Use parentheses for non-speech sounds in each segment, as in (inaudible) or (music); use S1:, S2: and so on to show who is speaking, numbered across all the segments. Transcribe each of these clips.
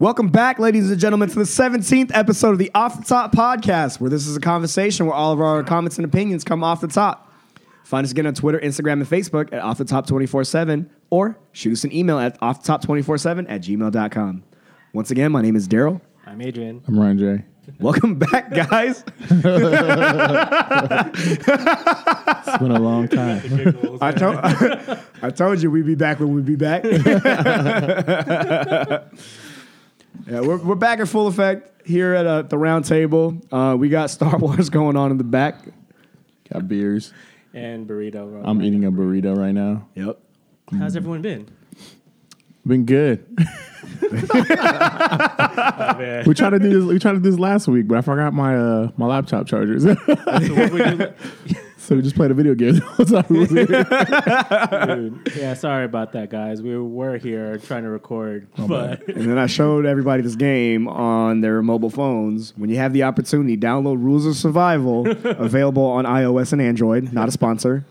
S1: Welcome back, ladies and gentlemen, to the 17th episode of the Off the Top podcast, where this is a conversation where all of our comments and opinions come off the top. Find us again on Twitter, Instagram, and Facebook at Off the Top 24 7, or shoot us an email at Off the Top 24 7 at gmail.com. Once again, my name is Daryl.
S2: I'm Adrian.
S3: I'm Ryan J.
S1: Welcome back, guys.
S3: It's been a long
S1: (laughs)
S3: time.
S1: I told (laughs) I told you we'd be back when we'd be back. (laughs) yeah, we're, we're back in full effect here at uh, the round table. Uh, we got Star (laughs) Wars going on in the back.
S3: Got beers.
S2: and burrito. Bro.
S3: I'm eating a burrito right now.
S1: Yep.
S2: How's everyone been?
S3: Been good.
S2: Uh, man.
S3: (laughs) we tried to do this. We tried to do this last week, but I forgot my uh, my laptop chargers. (laughs) so
S2: So what we do-
S3: we just played a video game. (laughs) That's how we
S1: (laughs)
S3: was here.
S2: Dude, yeah, sorry about that, guys. We were here trying to
S3: (laughs)
S2: record, but
S1: And then I showed everybody this game on their mobile phones. When you have the opportunity, download Rules of Survival, available on iOS and Android. Not a sponsor.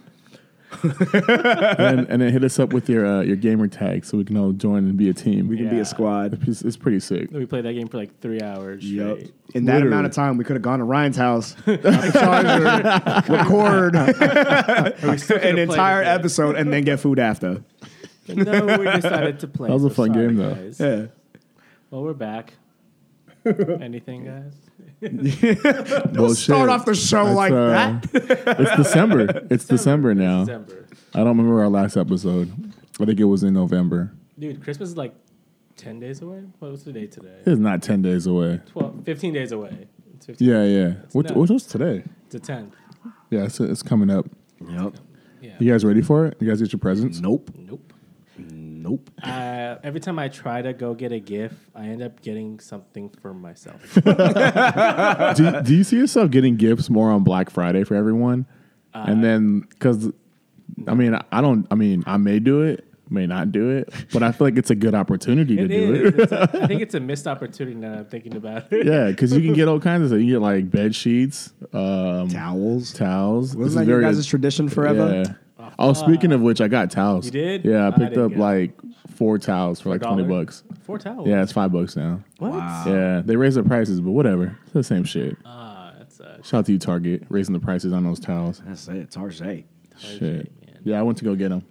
S3: and, and then hit us up with your uh, your gamer tag so we can all join and be a team.
S1: We can be
S2: Yeah.
S1: a squad.
S3: It's, it's pretty sick.
S2: we played that game for like three hours.
S1: Yep.
S2: straight.
S1: In that amount
S3: Literally.
S1: of time, we could have gone to Ryan's house, got the charger, record an (laughs)
S2: play
S1: entire
S2: today?
S1: episode, and then get food after.
S2: No, we decided to play.
S3: That was a
S2: so
S3: fun
S2: sorry,
S3: game, though.
S2: guys.
S1: Yeah.
S2: Well, we're
S3: (laughs)
S2: back. Anything, guys?
S3: Well,
S1: Start
S3: shit.
S1: off the show
S3: It's,
S1: like
S3: uh,
S1: that.
S3: It's December. It's December now.
S2: December.
S3: I don't remember our last episode. I think it was in November.
S2: Dude, Christmas is like 10 days away? What was the date
S3: (laughs)
S2: today?
S3: It's not ten days away.
S2: 12, 15 days away. It's 15,
S3: Yeah, yeah. What,
S2: nuts.
S3: what was today?
S2: It's the 10th.
S3: Yeah, it's, it's coming up.
S1: Yep.
S2: Yeah.
S3: You guys ready for it? You guys get your presents?
S1: Nope.
S2: Nope.
S1: Nope.
S2: (laughs) Uh, every time I try to go get a gift, I end up getting something for
S3: (laughs)
S2: myself.
S3: do, do you see yourself getting gifts more on Black Friday for everyone?
S2: Uh,
S3: and then, because, I mean, I don't, I mean, I may do it, may not do it, but I feel like it's a good opportunity to
S2: It
S3: do
S2: is.
S3: it.
S2: It's a, I think it's a missed opportunity now that I'm thinking about it. (laughs)
S3: (laughs) Yeah, because you can get all kinds of stuff. You get like bed sheets, um,
S1: Towels.
S3: towels. This is
S1: Wasn't that your
S3: very-
S1: guys' tradition forever?
S3: Yeah. Oh, speaking of which, I got towels.
S2: You did?
S3: Yeah,
S2: I
S3: I picked
S2: didn't
S3: up
S2: get it.
S3: like four towels for like
S2: dollar?
S3: 20 bucks.
S2: Four towels.
S3: Yeah, it's five bucks now.
S2: What?
S3: Yeah, they raised the prices, but whatever. It's the same shit.
S2: Ah, that's a
S3: Shout out to you, Target, raising the prices on those towels.
S1: That's it. Tarjay.
S3: Shit.
S2: man.
S3: Yeah, I went to go get them.
S2: Do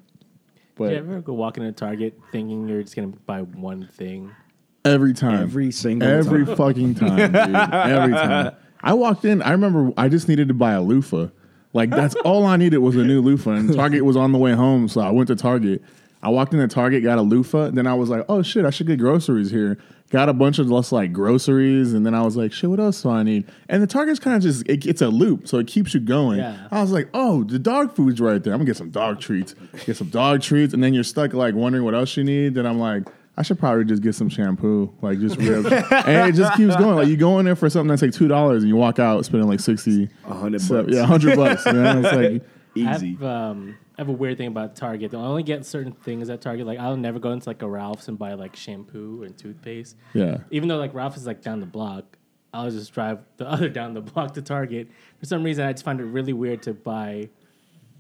S3: But
S2: you ever go walk into a Target thinking you're just gonna buy one thing?
S3: every time.
S1: Every single
S3: Every
S1: time.
S3: fucking time, dude. Every time. I walked in, I remember I just needed to buy a loofah. Like that's all I needed was a new loofah. And Target was on the way home, so I went to Target. I walked into Target, got a loofah, then I was like, oh shit, I should get groceries here. Got a bunch of less like groceries, and then I was like, shit, what else do I need? And the Target's kind of just it, it's a loop, so it keeps you going.
S2: Yeah.
S3: I was like, oh, the dog food's right there. I'm gonna get some dog treats. Get some dog treats, and then you're stuck like wondering what else you need. Then I'm like, I should probably just get some shampoo, like
S1: (laughs)
S3: just rib. and it just keeps going. Like you go in there for something that's like two dollars, and you walk out spending like sixty,
S1: A hundred
S3: so-
S1: Oh, bucks.
S3: yeah, hundred bucks. You know? It's like
S2: I have, um, I have a weird thing about Target. I only get certain things at Target. Like I'll never go into like a Ralph's and buy like shampoo and toothpaste.
S3: Yeah.
S2: Even though like Ralph's is like down the block, I'll just drive the (laughs) other down the block to Target. For some reason, I just find it really weird to buy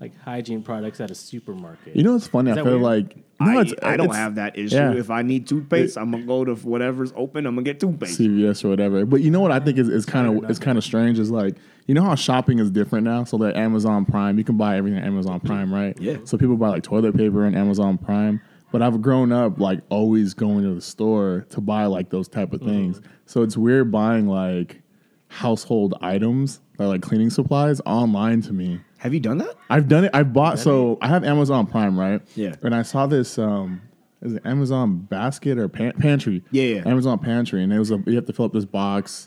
S2: like hygiene products at a supermarket.
S3: you know, it's funny. I
S2: Is that
S3: feel
S2: weird?
S3: like
S1: I,
S3: it's-
S1: I don't
S3: it's
S1: have that issue.
S3: yeah.
S1: If I need toothpaste, I'm gonna go to whatever's open. I'm gonna get toothpaste.
S3: CVS or whatever. But you know what I think is, is kind of it's kind of strange is like you know how shopping is different now. So that Amazon Prime, you can buy everything on Amazon Prime, right?
S1: Yeah.
S3: So people buy like toilet paper on Amazon Prime. But I've grown up like always going to the store to buy like those type of things.
S1: Mm-hmm.
S3: So it's weird buying like household items like, like cleaning supplies online to me.
S1: Have you done that?
S3: I've done it. I've bought. So I have Amazon Prime, right?
S1: Yeah.
S3: And I saw this. Um, is it Amazon Basket or pan- Pantry?
S1: Yeah, yeah.
S3: Amazon Pantry, and it was a, you have to fill up this box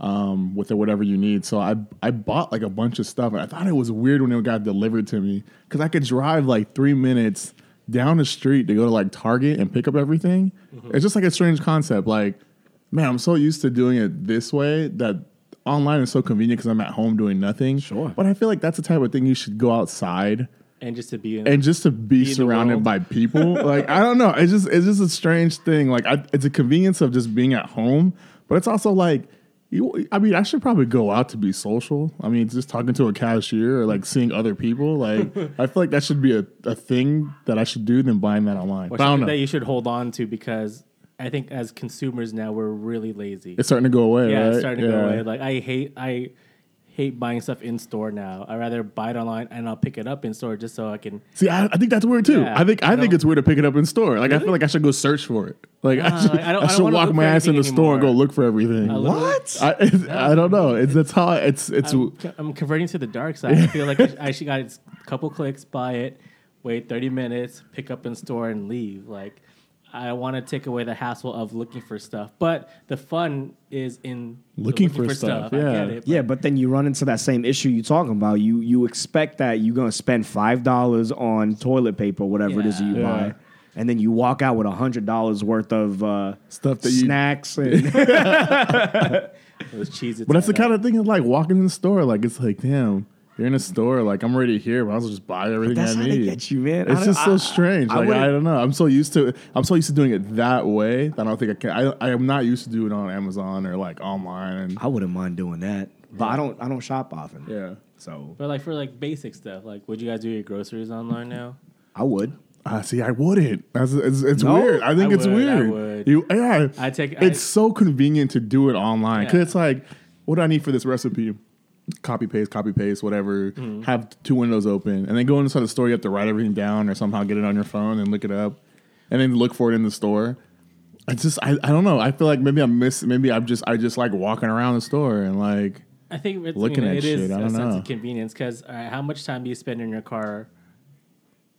S3: um, with whatever you need. So I I bought like a bunch of stuff, and I thought it was weird when it got delivered to me because I could drive like three minutes down the street to go to like Target and pick up everything.
S1: Mm-hmm.
S3: It's just like a strange concept. Like, man, I'm so used to doing it this way that online is so convenient because I'm at home doing nothing.
S1: Sure.
S3: but I feel like that's the type of thing you should go outside
S2: and just to be in,
S3: and just to be
S2: the
S3: surrounded
S2: world.
S3: by people
S2: (laughs)
S3: like i don't know it's just it's just a strange thing like I, it's a convenience of just being at home but it's also like you, i mean i should probably go out to be social i mean just talking to a cashier or like seeing other
S2: (laughs)
S3: people like i feel like that should be a, a thing that i should do than buying that online
S2: or
S3: but i don't
S2: something
S3: know
S2: that you should hold on to because I think as consumers now we're really lazy.
S3: It's starting to go away,
S2: yeah,
S3: right?
S2: it's starting to go
S3: Yeah.
S2: away. Like I hate I hate buying stuff in store now. I rather buy it online and I'll pick it up in store just so I can.
S3: See, I, I think that's weird too.
S2: Yeah.
S3: I think I
S2: I
S3: think
S2: don't-
S3: it's weird to pick it up in store. Like I feel like I should go search for it. Like I
S2: Uh,
S3: should,
S2: like,
S3: I
S2: I don't- I don't
S3: should
S2: wanna
S3: walk
S2: look
S3: my
S2: for
S3: ass in the
S2: anything
S3: store and go
S2: anymore.
S3: look for everything.
S2: literally-
S1: What?
S3: I, (laughs) it's, I don't know. It's that's how it's it's
S2: I'm, I'm converting to the dark side. I feel like I, I should got a couple clicks, buy it, wait 30 minutes, pick up in store, and leave. Like, I want to take away the hassle of looking for stuff, but the fun is in the
S3: Looking for stuff,
S2: I
S3: yeah.
S2: get it.
S1: Yeah, but then you run into that same issue you talking about. You you expect that you're gonna spend five dollars on toilet paper, whatever it is that you
S3: Yeah. Yeah.
S1: buy, and then you walk out with hundred dollars worth of uh,
S3: Stuff that you-
S1: snacks and
S2: Those cheeses.
S3: But that's the kind of thing of like walking in the store. Like it's like, damn, you're in a store. Like I'm already here, but I was just buy everything
S1: that's
S3: I
S1: how
S3: need.
S1: they get you, man. I
S3: It's
S1: don't-
S3: just
S1: I-
S3: so
S1: I-
S3: strange.
S1: I
S3: like
S1: wouldn't-
S3: I don't know. I'm so used to I'm so used to doing it that way that I don't think I can. I, I am not used to doing it on Amazon or like online. And
S1: (laughs) I wouldn't mind doing that, but I don't. I don't shop often.
S3: yeah,
S1: so
S2: But like for like basic stuff, like would you guys do your groceries online now?
S1: I would.
S3: uh, see, I wouldn't. That's, it's it's
S1: No?
S3: weird. I think
S2: I
S3: it's
S2: would, I
S3: weird.
S2: would.
S3: You yeah.
S2: I take- I-
S3: It's so convenient to do it online because
S2: Yeah.
S3: it's like, what do I need for this recipe? Copy paste, copy paste, whatever.
S2: Mm-hmm.
S3: Have two windows open, and then go inside the store. You have to write everything down, or somehow get it on your phone and look it up, and then look for it in the store. It's just I, I don't know. I feel like maybe I'm miss maybe I'm just I just like walking around the store and like
S2: I think it's, you
S3: Looking
S2: know,
S3: at
S2: it
S3: shit,
S2: is
S3: I
S2: a
S3: don't
S2: sense
S3: know.
S2: of convenience because how much time do you spend in your car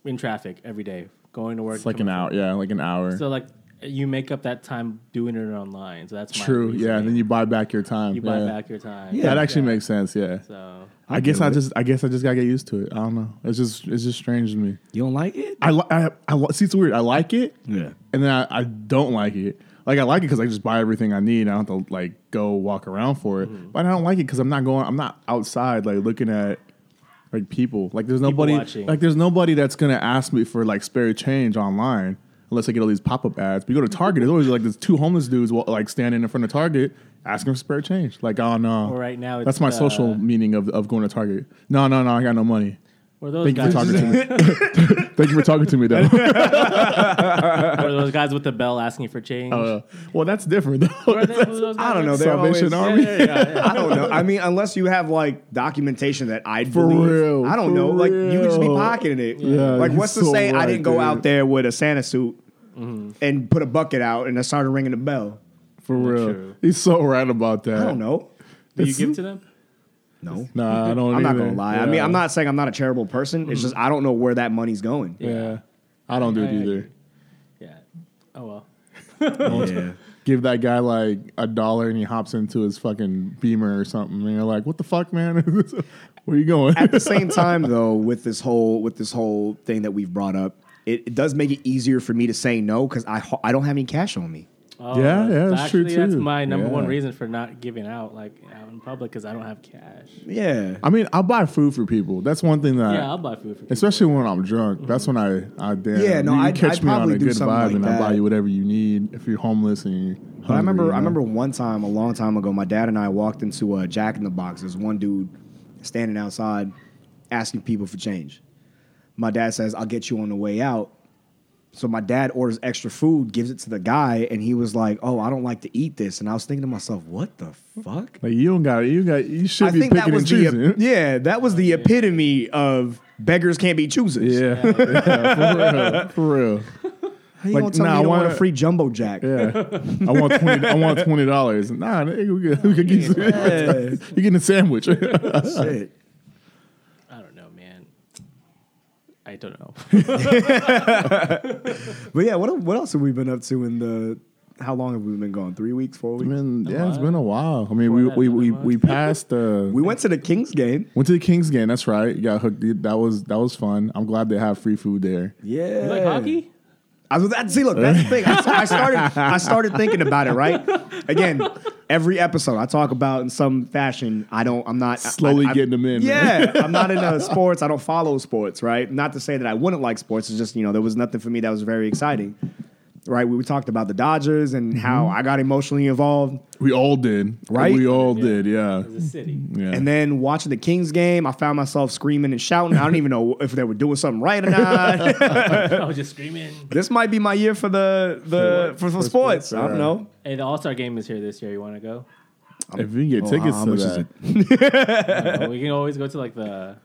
S2: in traffic every day, going to work?
S3: it's like an
S2: coming
S3: hour, yeah, like an hour.
S2: from- So like you make up that time doing it online. So that's my
S3: True, yeah.
S2: reasoning.
S3: And then you buy back your time.
S2: you buy
S3: yeah.
S2: back your time.
S3: That actually makes sense. Yeah.
S2: So
S3: I, guess
S1: get
S3: I
S1: it.
S3: just I guess I just gotta get used to it. I don't know. It's just it's just strange to me.
S1: You don't like it?
S3: I li- I, I li- see it's weird. I like it,
S1: Yeah.
S3: and then I, I don't like it. Like I like it because I just buy everything I need. I don't have to like go walk around for it.
S2: Mm-hmm.
S3: But I don't like it because I'm not going. I'm not outside like looking at like people. Like there's nobody.
S2: watching.
S3: Like there's nobody that's gonna ask me for like spare change online unless I get all these pop up ads. But you go to Target, there's always like these two homeless dudes wa- like standing in front of Target asking for spare change. Like oh no,
S2: Well, right now it's uh,
S3: that's my
S2: the-
S3: social meaning of of going to Target. No no no, I got no money.
S2: were those
S3: Thank you for
S2: guys?
S3: talking to me.
S2: (laughs)
S3: (laughs) Thank you for talking to me though.
S2: were those guys with the bell asking for change?
S3: Uh, well, that's different though.
S2: Were they- were
S3: (laughs)
S2: those
S1: I don't know.
S2: guys?
S1: They're
S3: Salvation
S1: always,
S3: Army.
S2: Yeah, yeah, yeah,
S1: (laughs)
S2: yeah.
S1: I don't know. I mean, unless you have like documentation that I
S3: For
S1: believe.
S3: real,
S1: I don't
S3: for
S1: know. Like you could just be
S3: real.
S1: pocketing it.
S3: Yeah,
S1: like
S3: you're
S1: what's to
S3: so
S1: say I
S3: right,
S1: didn't go
S3: dude.
S1: out there with a Santa suit
S2: Mm-hmm.
S1: and put a bucket out and I started ringing the bell?
S3: For real,
S2: true.
S3: he's so right about that.
S1: I don't know.
S2: Do you
S3: (laughs)
S2: give to them?
S1: No.
S3: Nah, I don't.
S1: I'm not
S3: either.
S1: gonna lie. I
S3: Yeah.
S1: mean, I'm not saying I'm not a charitable person. It's
S2: Mm-hmm.
S1: just I don't know where that money's going.
S3: Yeah, I don't do it
S2: I agree.
S3: either.
S2: Yeah. Oh well.
S1: Yeah.
S3: Give that guy like a dollar and he hops into his fucking Beamer or something, and you're like, "What the fuck, man? (laughs) Where you going?"
S1: At the same time, though, with this whole with this whole thing that we've brought up, it, it does make it easier for me to say no because I ho- I don't have any cash on me.
S2: Oh,
S3: Yeah, yeah, that's true,
S2: actually, That's
S3: too.
S2: my number one
S3: Yeah.
S2: reason for not giving out like out in public because I don't have cash.
S1: Yeah.
S3: (laughs) I mean, I buy food for people. That's one thing that,
S2: Yeah, I'll buy food for people.
S3: especially when I'm drunk. That's when I, I damn.
S1: Yeah, no,
S3: you
S1: I'd-
S3: catch
S1: I'd
S3: me on
S1: probably
S3: a
S1: do
S3: good vibe,
S1: something like
S3: and I buy
S1: that.
S3: you whatever you need. If you're homeless and you're
S1: But I remember,
S3: hungry,
S1: I
S3: you know?
S1: remember one time a long time ago, my dad and I walked into a Jack in the Box. There's one dude standing outside asking people for change. My dad says, "I'll get you on the way out." So my dad orders extra food, gives it to the guy, and he was like, "Oh, I don't like to eat this." And I was thinking to myself, "What the fuck?"
S3: Like you don't got you got you should
S1: I
S3: be
S1: think that
S3: picking
S1: was
S3: and
S1: the
S3: choosing.
S1: yeah, that was the epitome of beggars can't be choosers.
S3: Yeah, yeah, for real, for real.
S1: How you
S3: Like,
S1: gonna tell
S3: nah,
S1: me
S3: I
S1: you don't want a
S3: wanna-
S1: free jumbo jack?
S3: Yeah, I want twenty. I want twenty dollars. Nah, nigga, we could, we could get some-
S1: Yeah.
S3: (laughs) you getting a sandwich. (laughs) I
S1: Shit.
S2: I don't know, man. I don't (laughs) know.
S1: But yeah, what what else have we been up to in the? How long have we been gone? Three weeks, four weeks.
S3: mean, yeah, it's been a while. I mean, we we, we, we passed. Uh,
S1: We went to the Kings game.
S3: went to the Kings game. That's right. You Got hooked. That was that was fun. I'm glad they have free food there.
S1: Yeah,
S2: You like hockey?
S1: I was that. See, look, that's the thing. I, I started. I started thinking about it. Right. Again, every episode I talk about in some fashion. I don't. I'm not I-
S3: Slowly
S1: I- I-
S3: getting them in, man.
S1: Yeah, I'm not into sports. I don't follow sports. Right. Not to say that I wouldn't like sports. It's just you know there was nothing for me that was very exciting. right? We, we talked about the Dodgers and how
S3: Mm-hmm.
S1: I got emotionally involved.
S3: (laughs) We all did,
S1: Right?
S3: We all did, yeah.
S2: It's a (laughs) city.
S3: yeah.
S1: And then watching the Kings game, I found myself screaming and shouting. I don't even know if they were doing something right or (laughs) not.
S2: I was just screaming.
S1: this might be my year for the the for, for, sports.
S3: sports,
S1: I don't
S3: yeah.
S1: know.
S2: Hey, the All Star game is here this year. You want to go?
S3: if you can
S1: Oh,
S3: get
S4: Well,
S3: tickets
S4: how
S3: to
S4: much
S3: that,
S4: is it?
S2: Uh, we can always go to like the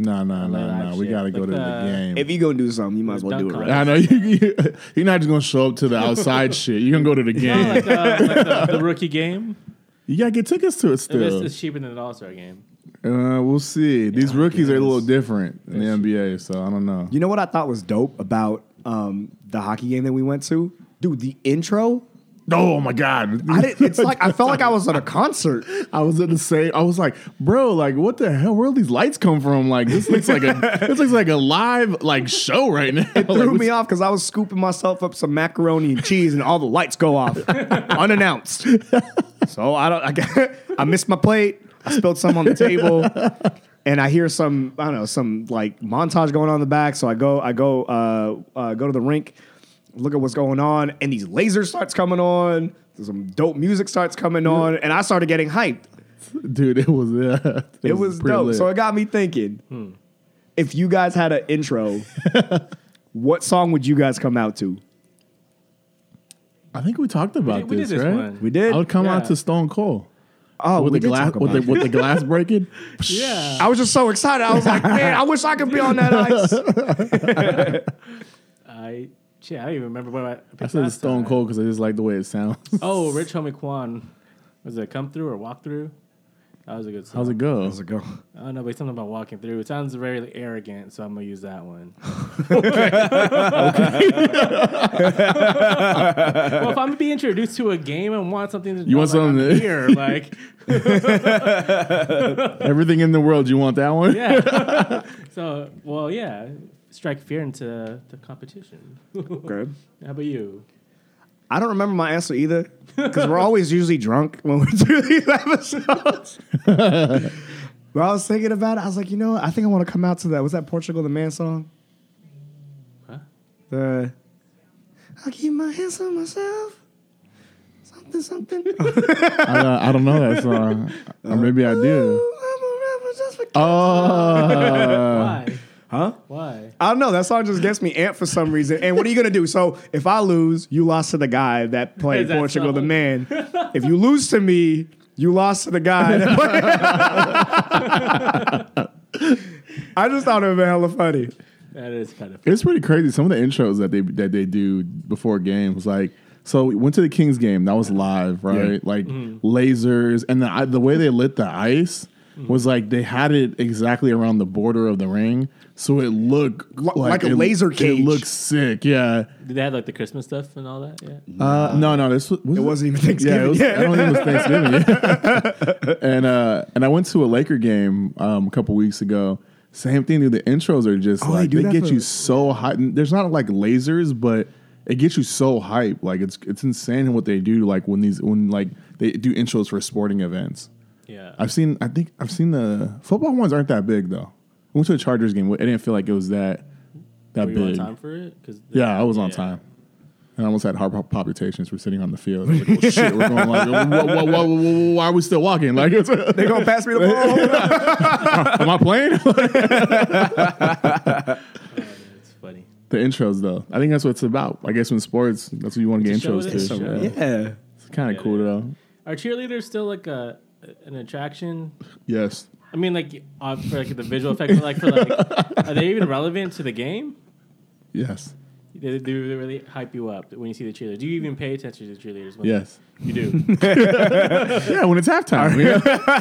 S3: No, no,
S2: that
S3: no, no. We
S2: shit.
S3: got to go
S2: Look,
S3: to the
S2: uh,
S3: game.
S1: If you're gonna do something, you might as well do it
S2: Dunk
S1: right.
S2: contest.
S3: I know you, you. (laughs) You're not just gonna show up to the outside shit. You're gonna go to the
S2: No,
S3: game.
S2: like, uh, like (laughs) the, the rookie game.
S3: You gotta get tickets to it
S2: It's,
S3: still.
S2: it's cheaper than an All Star game.
S3: Uh, we'll see. These rookies are a little different in the
S2: That's-
S3: NBA, so I don't know.
S1: You know what I thought was dope about um, the hockey game that we went to, dude? The intro.
S3: Oh my god!
S1: I didn't, it's like I felt like I was at a concert.
S3: I was at the same. I was like, bro, like, what the hell? Where all these lights come from? Like, this looks like a this looks like a live like show right now. It
S1: Threw
S3: (laughs)
S1: me off because I was scooping myself up some macaroni and cheese, and all the lights go off unannounced. So I don't. I, got- I missed my plate. I spilled some on the table, and I hear some. I don't know some like montage going on in the back. So I go. I go. Uh, uh, go to the rink. Look at what's going on, and these lasers starts coming on. Some dope music starts coming on, and I started getting hyped.
S3: dude. It was yeah.
S1: It was
S3: pretty
S1: dope.
S3: lit.
S1: So it got me thinking. If you guys had an intro, what song would you guys come out to?
S3: I think we talked about
S2: we
S3: this,
S2: did this
S3: right?
S2: one.
S1: We did.
S3: I would come out
S2: Yeah.
S3: to Stone Cold
S1: oh,
S3: with
S1: we
S3: the
S1: did
S3: glass
S1: talk
S3: with
S1: about
S3: the, with the glass breaking.
S2: Yeah.
S1: I was just so excited. I was (laughs) like, man, I wish I could be on that ice.
S2: I shit, I don't even remember what I picked
S3: I said
S2: last
S3: Stone
S2: time.
S3: Cold because I just like the way it sounds.
S2: Oh, Rich Homie Quan. Was it come through or walk through? That was a good song.
S3: How's it go?
S1: How's it go?
S2: I don't know, but it's something about walking through. It sounds very like, arrogant, so I'm gonna use that
S3: (laughs)
S2: one. well, if I'm gonna be introduced to a game and want something to
S3: You want
S2: like, I'm
S3: something to-
S2: here,
S3: (laughs)
S2: like
S3: Everything in the world. You want that one?
S2: yeah. so, well, yeah, strike fear into the competition.
S1: Okay.
S2: How about you?
S1: I don't remember my answer either because we're always usually drunk (laughs) when we do these (laughs) episodes. but I was thinking about it. I was like, you know what? I think I want to come out to that. Was that Portugal the Man song?
S2: Huh?
S1: The I keep my hands on myself. Something, (laughs) something.
S3: I, don't- I don't know that song. or maybe
S1: (laughs)
S3: I do.
S1: I'm a rapper just for kids.
S3: Oh,
S2: Why?
S1: huh?
S2: Why?
S1: I don't know. That song just gets me amped for some reason. And what are you gonna do? So if I lose, you lost to the guy that played
S2: Is that
S1: Portugal the
S2: so?
S1: Man. If you lose to me, you lost to the guy. That played (laughs) I just thought it would be hella funny.
S2: That is kind of.
S3: it's pretty crazy. Some of the intros that they that they do before games, like so, we went to the Kings game. That was live, right? Like lasers, and the I- the way they lit the ice. Was like they had it exactly around the border of the ring, so it looked
S1: Li- like a laser cage.
S3: It looked sick, yeah.
S2: Did they have like the Christmas stuff and all that? Yeah.
S3: Uh, no, no, this was, was
S1: It wasn't even Thanksgiving.
S3: Yeah, it was,
S1: yet.
S3: I don't
S1: (laughs)
S3: think it was Thanksgiving. (laughs) and uh, and I went to a Laker game um, a couple weeks ago. Same thing. Dude, the intros are just
S1: Oh, they
S3: like
S1: do
S3: they,
S1: that
S3: get
S1: for-
S3: you so hot. And there's not like lasers, but it gets you so hype. Like it's it's insane what they do. Like when these when like they do intros for sporting events.
S2: Yeah.
S3: I've seen. I think I've seen the football ones aren't that big though. I went to a Chargers game. It didn't feel like it was that that
S2: Were you on
S3: big.
S2: time for it? Cause the-
S3: Yeah, I was on
S2: yeah.
S3: time. And I almost had heart pop- palpitations for sitting on the field. I was like, oh, shit, we're going like, why, why, why, why, why are we still
S2: (laughs)
S3: walking? Like, (laughs) it's, am
S1: They gonna pass me the ball.
S3: I playing? (laughs)
S2: It's funny.
S3: the intros, though. I think that's what it's about. I guess in sports, that's what you want to get
S2: It's a show,
S3: intros
S2: it's a
S3: to.
S2: show.
S3: Yeah.
S1: yeah.
S3: It's kind of
S2: Yeah,
S3: cool,
S2: yeah.
S3: though.
S2: Are cheerleaders still like a an attraction?
S3: Yes.
S2: I mean, like uh, for like the visual effect, but like for like,
S3: (laughs)
S2: are they even relevant to the game?
S3: Yes.
S2: They, they really hype you up when you see the cheerleaders. Do you even pay attention to cheerleaders? When
S3: Yes.
S2: you
S3: (laughs)
S2: do.
S3: Yeah, when it's halftime. Yeah.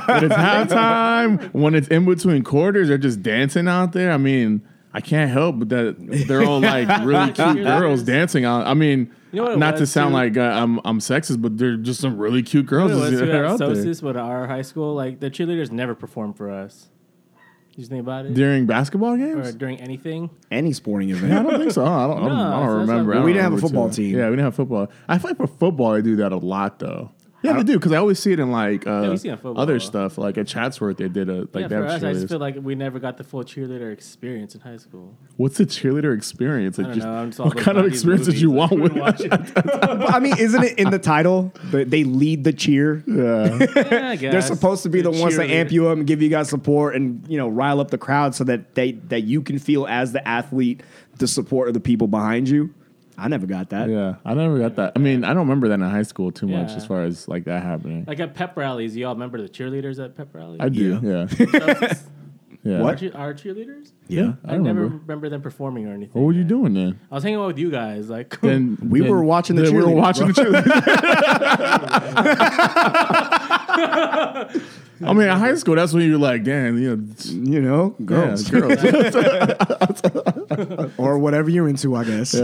S3: when it's halftime, when it's in between quarters, they're just dancing out there. I mean, I can't help but that they're all like really cute girls dancing out. I mean,
S2: You know what it
S3: not to
S2: was,
S3: sound
S2: too?
S3: like uh, I'm I'm sexist, but they're just some really cute girls
S2: It was
S3: that
S2: too,
S3: are out
S2: at
S3: there.
S2: Sosis, but at our high school, like the cheerleaders never performed for us. Did you think about it?
S3: during basketball
S2: or
S3: games.
S2: during anything?
S1: Any sporting
S3: I
S1: event.
S3: don't think so. I don't. I
S2: (laughs) No,
S3: don't, I
S2: that's
S3: don't
S2: not-
S3: remember. I
S1: We
S3: don't
S1: didn't have a
S3: remember
S1: football
S3: too.
S1: team.
S3: Yeah, we didn't have football. I feel like for football, I do that a lot though. Yeah, they do because I always see it in like uh,
S2: we see it in football.
S3: other stuff. Like at Chatsworth, they did a like
S2: yeah,
S3: they have
S2: for us, I just
S3: cheerleaders.
S2: feel like we never got the full cheerleader experience in high school.
S3: What's a cheerleader experience? Like
S2: don't
S3: just-
S2: know, I'm just all
S3: what
S2: those
S3: kind of
S2: 90s
S3: experience
S2: (laughs)
S3: did you
S2: movies.
S3: want
S2: I
S3: with?
S2: couldn't watch it.
S1: But, I mean, isn't it in the title? that They lead the cheer.
S3: Yeah.
S2: (laughs) Yeah, I
S1: They're
S2: guess.
S1: supposed to be the ones that
S2: cheerleader.
S1: amp you up and give you guys support and you know rile up the crowd so that they that you can feel as the athlete the support of the people behind you. I never got that.
S3: yeah, I never got that. I mean, I don't remember that in high school too much
S2: Yeah.
S3: as far as like that happening.
S2: Like at pep rallies, y'all remember the cheerleaders at pep rallies?
S3: I do. Yeah.
S2: (laughs)
S3: Yeah. (laughs)
S2: Our,
S1: What?
S2: che- our cheerleaders?
S3: Yeah. I,
S2: I,
S3: remember.
S2: never remember them performing or anything.
S3: What were you doing then?
S2: I was hanging out with you guys. Like, (laughs)
S3: Then
S1: We were watching the
S3: then We were
S1: cheerleaders,
S3: watching the cheerleaders. (laughs) I mean, in high school, that's when you're like, damn, you know, it's-
S1: You know,
S3: yeah,
S1: girls
S2: (laughs)
S3: girls.
S1: (laughs) or whatever you're into, I guess.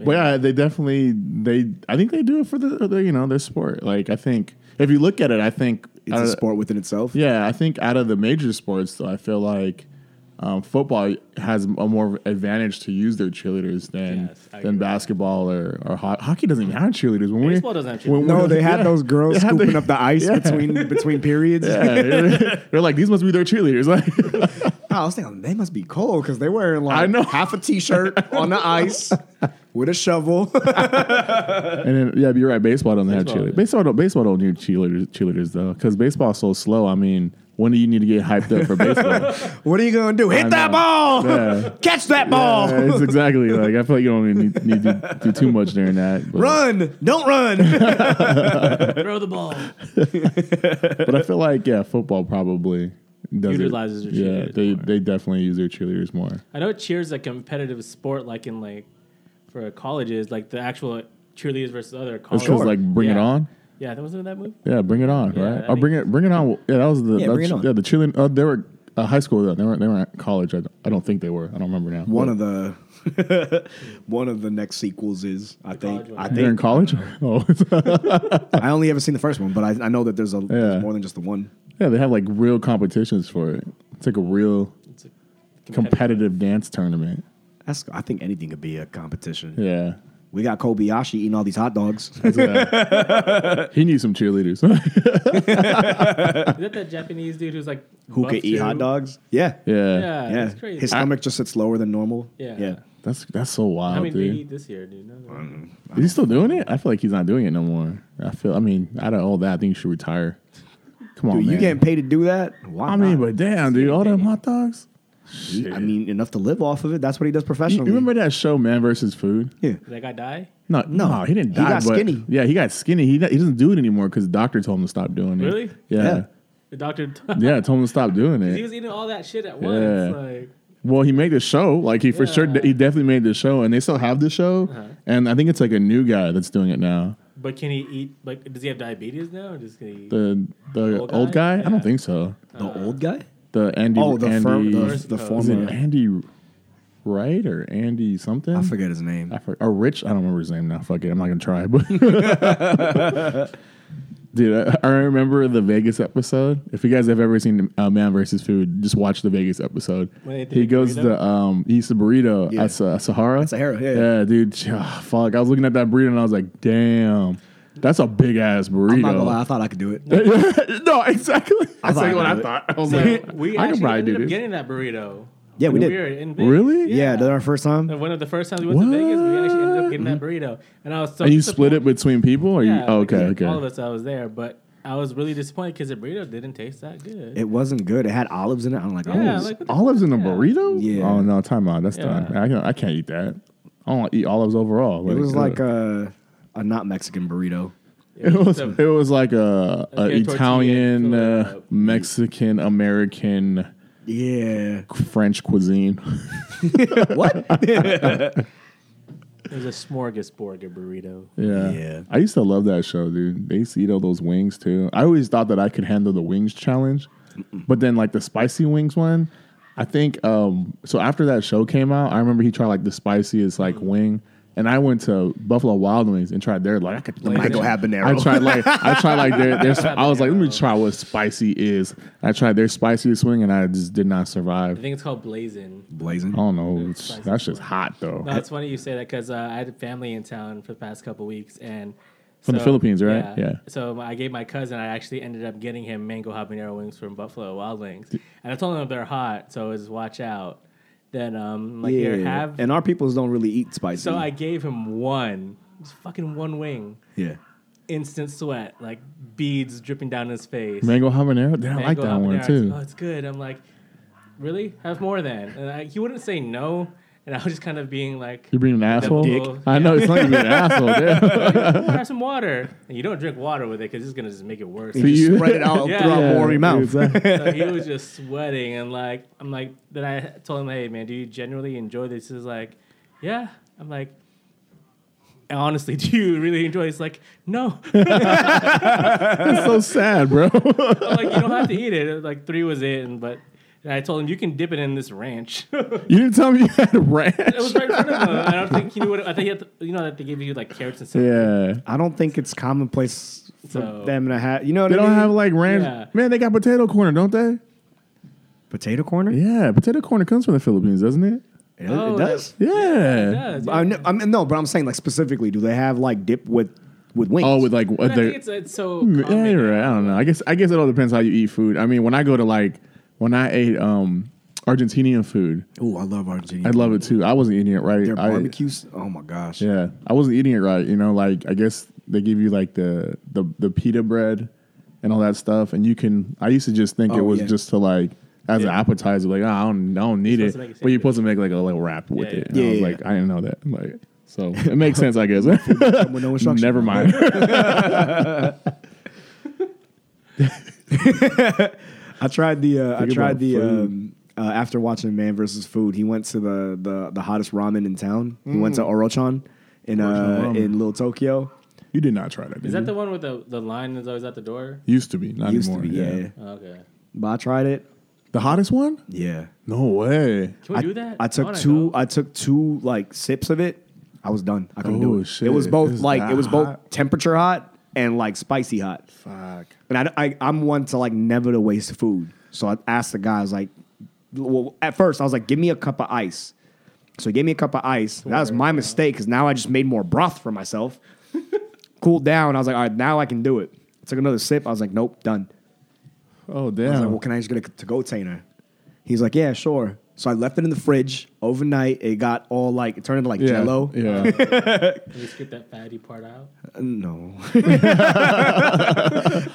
S3: But yeah, they definitely they. I think they do it for the, the you know their sport. Like I think if you look at it, I think uh,
S1: It's
S3: out
S1: a
S3: of-
S1: sport within itself.
S3: Yeah, I think out of the major sports, though, I feel like um, football has a more advantage to use their cheerleaders than
S2: Yes, I agree
S3: than
S2: with that.
S3: basketball or or ho- hockey doesn't even have cheerleaders. When we-
S2: Baseball doesn't have
S3: when we-
S1: No, they had
S3: yeah,
S1: those girls
S3: they had the-
S1: scooping up the ice between between periods.
S3: (laughs) yeah, they're like these must be their cheerleaders. (laughs) Like
S1: (laughs) I was thinking they must be cold because they're wearing like
S3: I know.
S1: half a
S3: (laughs)
S1: t-shirt on the ice with a shovel. (laughs)
S3: And then, yeah, you're right. Baseball doesn't
S2: Baseball
S3: have cheerleaders.
S2: does.
S3: Baseball don't. Baseball don't need cheerleaders, cheerleaders though, because baseball's so slow. I mean, when do you need to get hyped up for
S2: (laughs)
S3: baseball?
S1: what are you gonna do? Hit
S3: I
S1: that
S3: know.
S1: ball!
S3: Yeah.
S1: Catch that
S2: Oh.
S1: ball!
S3: Yeah, it's exactly like I feel like you don't even need, need to do too much during that. But,
S1: (laughs) Run! Don't run!
S2: throw the ball.
S3: but I feel like yeah, football probably does it.
S2: Utilizes their
S3: Yeah,
S2: cheerleaders
S3: they
S2: more.
S3: they definitely use their cheerleaders more.
S2: I know cheers a competitive sport, like in like for colleges, like the actual cheerleaders versus other
S3: It's
S2: colleges.
S3: because like bring it
S2: Yeah.
S3: on.
S2: Yeah, that wasn't in that
S3: (laughs)
S2: movie.
S3: Yeah, bring it on,
S2: Yeah,
S3: right?
S2: I
S3: Or bring
S2: think-
S3: it, bring it on. Yeah, that was the
S1: Yeah,
S3: that
S1: Bring It
S3: ch-
S1: On.
S3: yeah the cheerleading. Uh, they were uh, high school though. They were they were at college. I, I don't think they were. I don't remember now.
S1: one
S3: But-
S1: of the (laughs) one of the next sequels is I think
S2: college one.
S1: I
S3: they're in (laughs)
S1: think (laughs)
S3: college. Oh,
S1: I only ever seen the first one, but I, I know that there's a
S3: Yeah.
S1: there's more than just the one.
S3: Yeah, they have like real competitions for it. It's like a real
S2: It's a
S3: competitive dance tournament.
S1: That's I think anything could be a competition.
S2: (laughs)
S3: Yeah.
S1: We got Kobayashi eating all these hot dogs.
S3: uh, he needs some cheerleaders. (laughs)
S2: Is that that Japanese dude who's like
S1: (laughs) Who
S2: buff
S1: could eat
S2: too?
S1: hot dogs? Yeah.
S3: yeah.
S2: Yeah,
S1: Yeah.
S2: that's crazy.
S1: His stomach just sits lower than normal.
S2: Yeah.
S1: Yeah.
S3: That's that's so
S2: How
S3: wild,
S2: many did
S3: dude.
S2: he eat this year, dude? No, no.
S3: Is he still doing it? I feel like he's not doing it no more. I feel I mean, out of all that, I think he should retire. Come on,
S1: Dude,
S3: man.
S1: you getting paid to do that? Why
S3: I mean,
S1: not?
S3: but damn, dude, all them hot dogs.
S1: I mean, enough to live off of it. That's what he does
S3: You, you
S1: professionally.
S3: remember that show Man versus Food?
S1: Yeah.
S2: Did that guy die?
S3: No, no, he didn't
S1: he
S3: die.
S1: got
S3: but-
S1: skinny.
S3: Yeah, he got skinny. He, he doesn't do it anymore because the doctor told him to stop doing it.
S2: Really?
S3: Yeah.
S2: The doctor. (laughs)
S3: Yeah, told him to stop doing it.
S2: he was eating all that shit at once.
S3: Yeah.
S2: Like,
S3: Well, he made the show. Like he for sure,
S2: Yeah. Uh-huh.
S3: he definitely made the show, and they still have the show. And I think it's like a new guy that's doing it now.
S2: but can he eat? Like, does he have diabetes now? Or just can he?
S3: The the old,
S2: Old
S3: guy?
S2: guy?
S3: I
S2: Yeah.
S3: don't think so.
S1: The old guy?
S3: The Andy.
S1: Oh, the
S3: Andy,
S1: firm, the,
S2: Is
S1: the
S2: it
S3: is it
S1: former.
S3: Andy Wright or Andy something?
S1: I forget his name.
S3: I for- or Rich? I don't remember his name now. Fuck it, I'm not gonna try. But (laughs) dude, I, I remember the Vegas episode. If you guys have ever seen uh, Man versus Food, just watch the Vegas episode.
S2: When they did
S3: He
S2: the
S3: goes
S2: burrito?
S3: to um, he eats the burrito
S1: Yeah.
S3: at Sa- Sahara.
S1: At Sahara, yeah, yeah.
S3: yeah, dude. ah, fuck, I was looking at that burrito and I was like, damn, that's a big ass burrito.
S1: I'm not gonna lie, I thought I could do it.
S3: (laughs) no, exactly. That's
S1: thought I
S3: like what
S1: could
S3: I
S1: do it.
S3: thought. I was (laughs)
S2: So
S3: like,
S2: we
S3: I
S2: actually
S3: could probably
S2: ended
S3: do
S2: up
S3: this.
S2: getting that burrito.
S1: Yeah, we did.
S2: were in Vegas.
S3: Really?
S1: Yeah, that's our first time.
S2: And One of the first times we went to Vegas, we actually ended up getting that burrito, and I was so.
S3: And you split it
S2: disappointed.
S3: between people, or you?
S2: Yeah,
S3: Oh, okay,
S2: because
S3: okay.
S2: All of us, I was there, but I was really disappointed because the burrito didn't taste that good.
S1: It wasn't good. It had olives in it. I'm like, oh,
S2: yeah,
S1: olives.
S2: like what the-
S3: Olives in a burrito?
S1: Yeah.
S3: Oh no, time out. That's
S2: Yeah.
S3: done. I can't, I can't eat that. I don't eat olives overall.
S1: it was like
S3: uh,
S1: a, a not Mexican burrito.
S3: (laughs) it was (laughs)
S2: a-
S3: it was like a, a
S2: like a tortilla
S3: Italian,
S2: filled
S3: uh,
S2: up.
S3: Mexican, American,
S1: Yeah.
S3: French cuisine. (laughs)
S2: (laughs)
S1: what?
S2: It was a smorgasbord of burrito.
S3: yeah.
S1: Yeah.
S3: I used to love that show, dude. They used to eat all those wings too. I always thought that I could handle the wings challenge, but then like the spicy wings one, I think. um So after that show came out, I remember he tried like the spiciest like wing. And I went to Buffalo Wild Wings and tried their like I could
S2: Like
S1: (laughs)
S3: I
S2: go
S1: habanero.
S3: I tried like I tried like their, their
S2: (laughs)
S3: I was like let me try what spicy is. I tried their spiciest wing and I just did not
S2: I
S3: survive.
S2: think it's called Blazing.
S3: I
S1: Blazing.
S3: don't know. It's-
S2: spicy
S3: That's just
S2: wing.
S3: hot though.
S2: No, it's funny you say that because uh, I had family in town for the past couple weeks and
S3: From the Philippines, right?
S2: Yeah.
S3: Yeah.
S2: So I gave my cousin. I actually ended up getting him mango habanero wings from Buffalo Wild Wings, and I told him they're hot, so it's watch out. Then um, like here have.
S1: and our peoples don't really eat spicy.
S2: so I gave him one, just fucking one wing.
S1: yeah.
S2: Instant sweat, like beads dripping down his face.
S3: Mango habanero. Damn, I like that
S2: Mango
S3: one
S2: habanero.
S3: too.
S2: Oh, it's good. I'm like, really? Have more then? And I, he wouldn't say no, and I was just kind of being like,
S3: You're being an asshole.
S2: dick.
S3: I know it's not even an asshole. Damn.
S2: "Oh, have some water. And you don't drink water with it because it's gonna just make it
S3: (laughs)
S2: worse.
S3: See? You-
S1: You spread it out
S2: Yeah.
S1: throughout
S2: Yeah,
S1: Maury mouth.
S2: (laughs)
S3: exactly.
S2: so he was just sweating and like I'm like then I told him, Hey man, do you generally enjoy this? He's like, Yeah. I'm like honestly, (laughs) do you really enjoy it? He's like, No. I'm
S3: It's so sad, bro. (laughs)
S2: like, you don't have to eat it. Like three was it and but and I told him you can dip it in this ranch. (laughs) it
S3: You didn't tell me you had ranch.
S2: (laughs) was right in front of him. I don't think he knew what. I think he had to, you know that they give you like carrots and stuff.
S3: Yeah.
S1: I don't think it's commonplace for
S2: So-
S1: them to have. You know what
S3: They
S1: I
S3: don't
S1: mean?
S3: have like ranch.
S2: Yeah.
S3: Man, they got potato corner, don't they?
S1: potato corner.
S3: Yeah, potato corner comes from the Philippines, doesn't it?
S1: It,
S2: Oh,
S1: it does.
S3: Yeah.
S2: Yeah,
S1: I, kn- I mean, no, but I'm saying like specifically, do they have like dip with with wings?
S3: Oh, with like
S2: I think
S3: what they Mm,
S2: it's, it's so
S3: yeah,
S2: common.
S3: you're right. I don't know. I guess I guess it all depends how you eat food. I mean, when I go to like when I ate um Argentinian food,
S1: oh, I love Argentina.
S3: I love it too. I wasn't eating it right.
S1: Their
S3: I-
S1: barbecues. oh my gosh.
S3: yeah, I wasn't eating it right. You know, like I guess they give you like the the the pita bread and all that stuff, and you can. I used to just think it
S1: Oh,
S3: was
S1: yeah.
S3: just to like as an
S2: Yeah.
S3: appetizer, like oh, I don't I don't need
S2: You're
S3: it,
S2: supposed to make a
S3: but
S2: sandwich.
S3: you're supposed to make like a little wrap with
S2: yeah.
S3: it. And I
S1: Yeah,
S3: was
S1: yeah,
S3: like, I didn't know that. Like, so it makes sense, I guess. (laughs)
S1: With no instruction. (laughs)
S3: Never mind.
S1: I tried the. Uh, I
S3: Think
S1: tried
S3: about
S1: the.
S3: food.
S1: Um, uh, after watching Man versus Food, he went to the the, the hottest ramen in town. He went to Orochan in uh,
S3: Orochan Mm. ramen.
S1: in Little Tokyo.
S3: you did not try that. Did
S2: Is that the
S3: you?
S2: one with the, the line that's always at the door?
S3: used to be? Not
S1: Used
S3: anymore.
S1: to be, yeah.
S2: Okay.
S1: But I tried it.
S3: The hottest one?
S1: Yeah.
S3: No way.
S2: Can we
S1: I,
S2: do that? Oh
S1: I took
S2: wanna
S1: two.
S2: go.
S1: I took two like sips of it. I was done. I couldn't do
S3: Oh,
S1: it.
S3: shit.
S1: It was both
S3: It's
S1: like
S3: that
S1: it was both
S3: hot?
S1: temperature hot and like spicy hot.
S3: Fuck.
S1: And I, I I'm one to like never to waste food. So I asked the guy. I was like, well, at first I was like, give me a cup of ice. So he gave me a cup of ice. That was my mistake because now I just made more broth for myself. (laughs) cooled down. I was like, all right, now I can do it. I took another sip. I was like, nope, done.
S3: Oh
S1: I was
S3: damn.
S1: like, well, can I just get a to go container? He's like, yeah, sure. So I left it in the fridge overnight. It got all like, it turned into like
S3: yeah.
S1: jello. (laughs)
S3: Yeah.
S2: Can we skip that fatty part out?
S1: Uh,
S3: (laughs)
S1: No.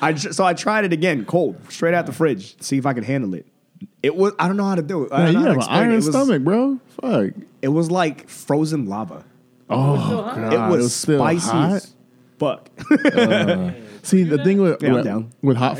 S1: I ju- so I tried it again, cold, straight out the fridge, to see if I could handle it. It was, I don't know how to do it. I
S3: Yeah,
S1: don't
S3: you
S1: know how to explain it.
S3: have an iron
S1: it was,
S3: stomach, bro. Fuck.
S1: It was like frozen lava.
S3: Oh,
S2: still hot.
S3: God,
S1: it was,
S3: still
S1: spicy
S3: hot?
S1: as fuck.
S3: See, the thing with
S1: Yeah, I'm
S3: with,
S1: down.
S3: with hot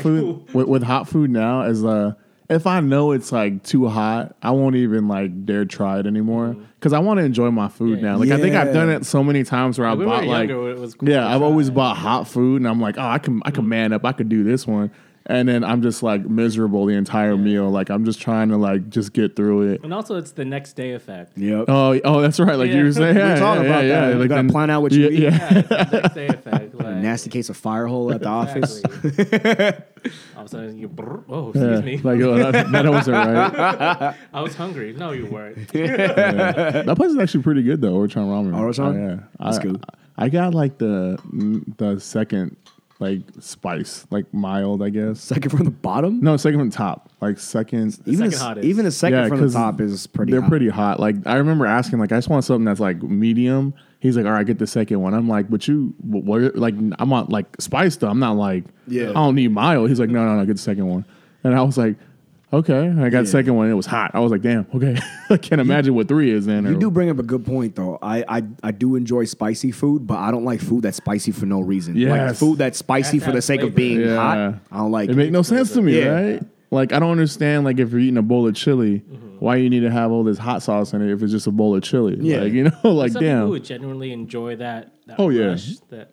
S1: (laughs)
S3: food with, with hot food now is uh if I know it's like too hot, I won't even like dare try it anymore because I want to enjoy my food
S2: Yeah.
S3: now. Like I think I've
S1: Mm-hmm. Yeah.
S3: done it so many times where I
S2: When we were
S3: bought like
S2: younger, it was cool to
S3: yeah, I've always
S2: try.
S3: bought hot food and I'm like oh I can I
S1: Mm-hmm.
S3: can man up I could do this one and then I'm just like miserable the entire meal like I'm just trying to like just get through it.
S2: And also, it's the next day effect. (laughs)
S1: yep.
S3: Oh, oh, that's right. Like
S2: Yeah.
S3: you were saying,
S2: We
S1: were
S3: yeah,
S1: talking
S3: yeah,
S1: about
S3: yeah,
S1: that.
S3: yeah.
S1: You
S3: Like
S1: gotta
S3: then-
S1: plan out what you
S3: yeah,
S1: eat.
S3: Yeah.
S2: Yeah, it's the next day
S3: (laughs)
S2: effect.
S1: (laughs)
S2: Like,
S1: Nasty case of fire hole at the office.
S2: Exactly.
S3: (laughs)
S2: All of a sudden, you. Brr, oh, excuse
S3: Yeah.
S2: me.
S3: Like oh, that, that wasn't right.
S2: I was hungry. No, you weren't.
S3: That place is actually pretty good though, Orchon Ramen.
S1: Orchon?
S3: Oh, yeah,
S1: That's
S3: I,
S1: good.
S3: I got like the mm, the second like spice, like mild, I guess.
S1: Second from the bottom?
S3: No, second from top, like second.
S1: even,
S2: second
S1: a,
S2: hottest.
S1: even a second
S3: Yeah,
S1: from the
S3: 'cause
S1: top is pretty
S3: They're
S1: hot.
S3: pretty hot. Like I remember asking, like I just want something that's like medium. He's like, all right, get the second one. I'm like, but you, what, what- like I'm on like spice though. I'm not like,
S1: Yeah.
S3: I don't need mild. He's like, no, no, no, get the second one. And I was like, okay. And I got the
S1: Yeah.
S3: second one. It was hot. I was like, damn, okay. (laughs) I can't imagine what three is in.
S1: You
S3: or-
S1: do bring up a good point though. I, I I do enjoy spicy food, but I don't like food that's spicy for no reason. Like
S3: Yes.
S1: food that's spicy
S2: Has to
S1: for the
S2: have
S1: sake of
S2: flavor.
S1: being
S3: Yeah.
S1: hot. I don't like
S3: It make no sense to me,
S1: Yeah.
S3: right? Like I don't understand. Like if you're eating a bowl of chili, why you need to have all this hot sauce in it if it's just a bowl of chili?
S1: Yeah.
S3: like you (laughs) know, like
S2: Some people
S3: damn.
S2: would genuinely enjoy that. that
S3: Oh, yeah.
S2: rush, That,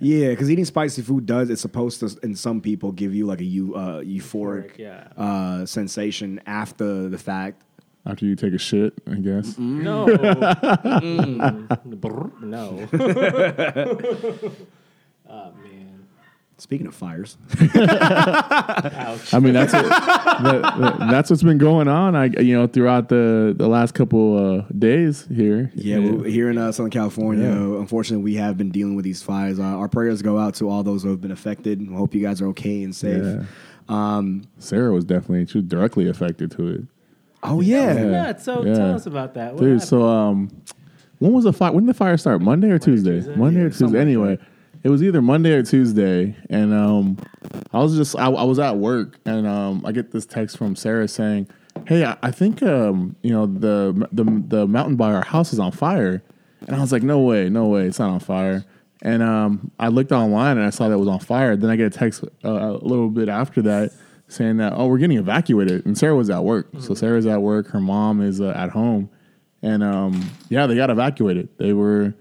S1: Yeah, because eating spicy food does it's supposed to in some people give you like a eu, uh, euphoric
S2: Euphoric, yeah.
S1: uh, sensation after the fact.
S3: after you take a shit, I guess.
S1: Mm-hmm.
S2: (laughs) No. Mm. (laughs) Brr, no. oh man.
S1: Speaking of fires, (laughs)
S2: Ouch.
S3: I mean, that's what, (laughs) that- that- that's what's been going on. I you know throughout the the last couple uh, days here.
S1: yeah, well, (laughs) here in uh, Southern California,
S3: Yeah.
S1: unfortunately, we have been dealing with these fires. Uh, our prayers go out to all those who have been affected. and hope you guys are okay and safe.
S3: Yeah.
S1: Um,
S3: Sarah was definitely she was directly affected to it.
S1: oh yeah,
S3: Yeah.
S2: Nuts. So
S3: Yeah.
S2: tell us about that. What
S3: Dude,
S2: happened?
S3: so um, when was the fire? When did the fire start? Monday or Tuesday?
S2: Tuesday?
S3: Monday
S2: Yeah,
S3: or Tuesday.
S1: something like
S3: Anyway, it was either Monday or Tuesday, and um, I was just I, I was at work, and um, I get this text from Sarah saying, "Hey, I, I think um, you know the the the mountain by our house is on fire," and I was like, "No way, no way, it's not on fire." And um, I looked online and I saw that it was on fire. Then I get a text uh, a little bit after that saying that, "Oh, we're getting evacuated." And Sarah was at work, so Sarah's at work. Her mom is uh, at home, and um, yeah, they got evacuated. They were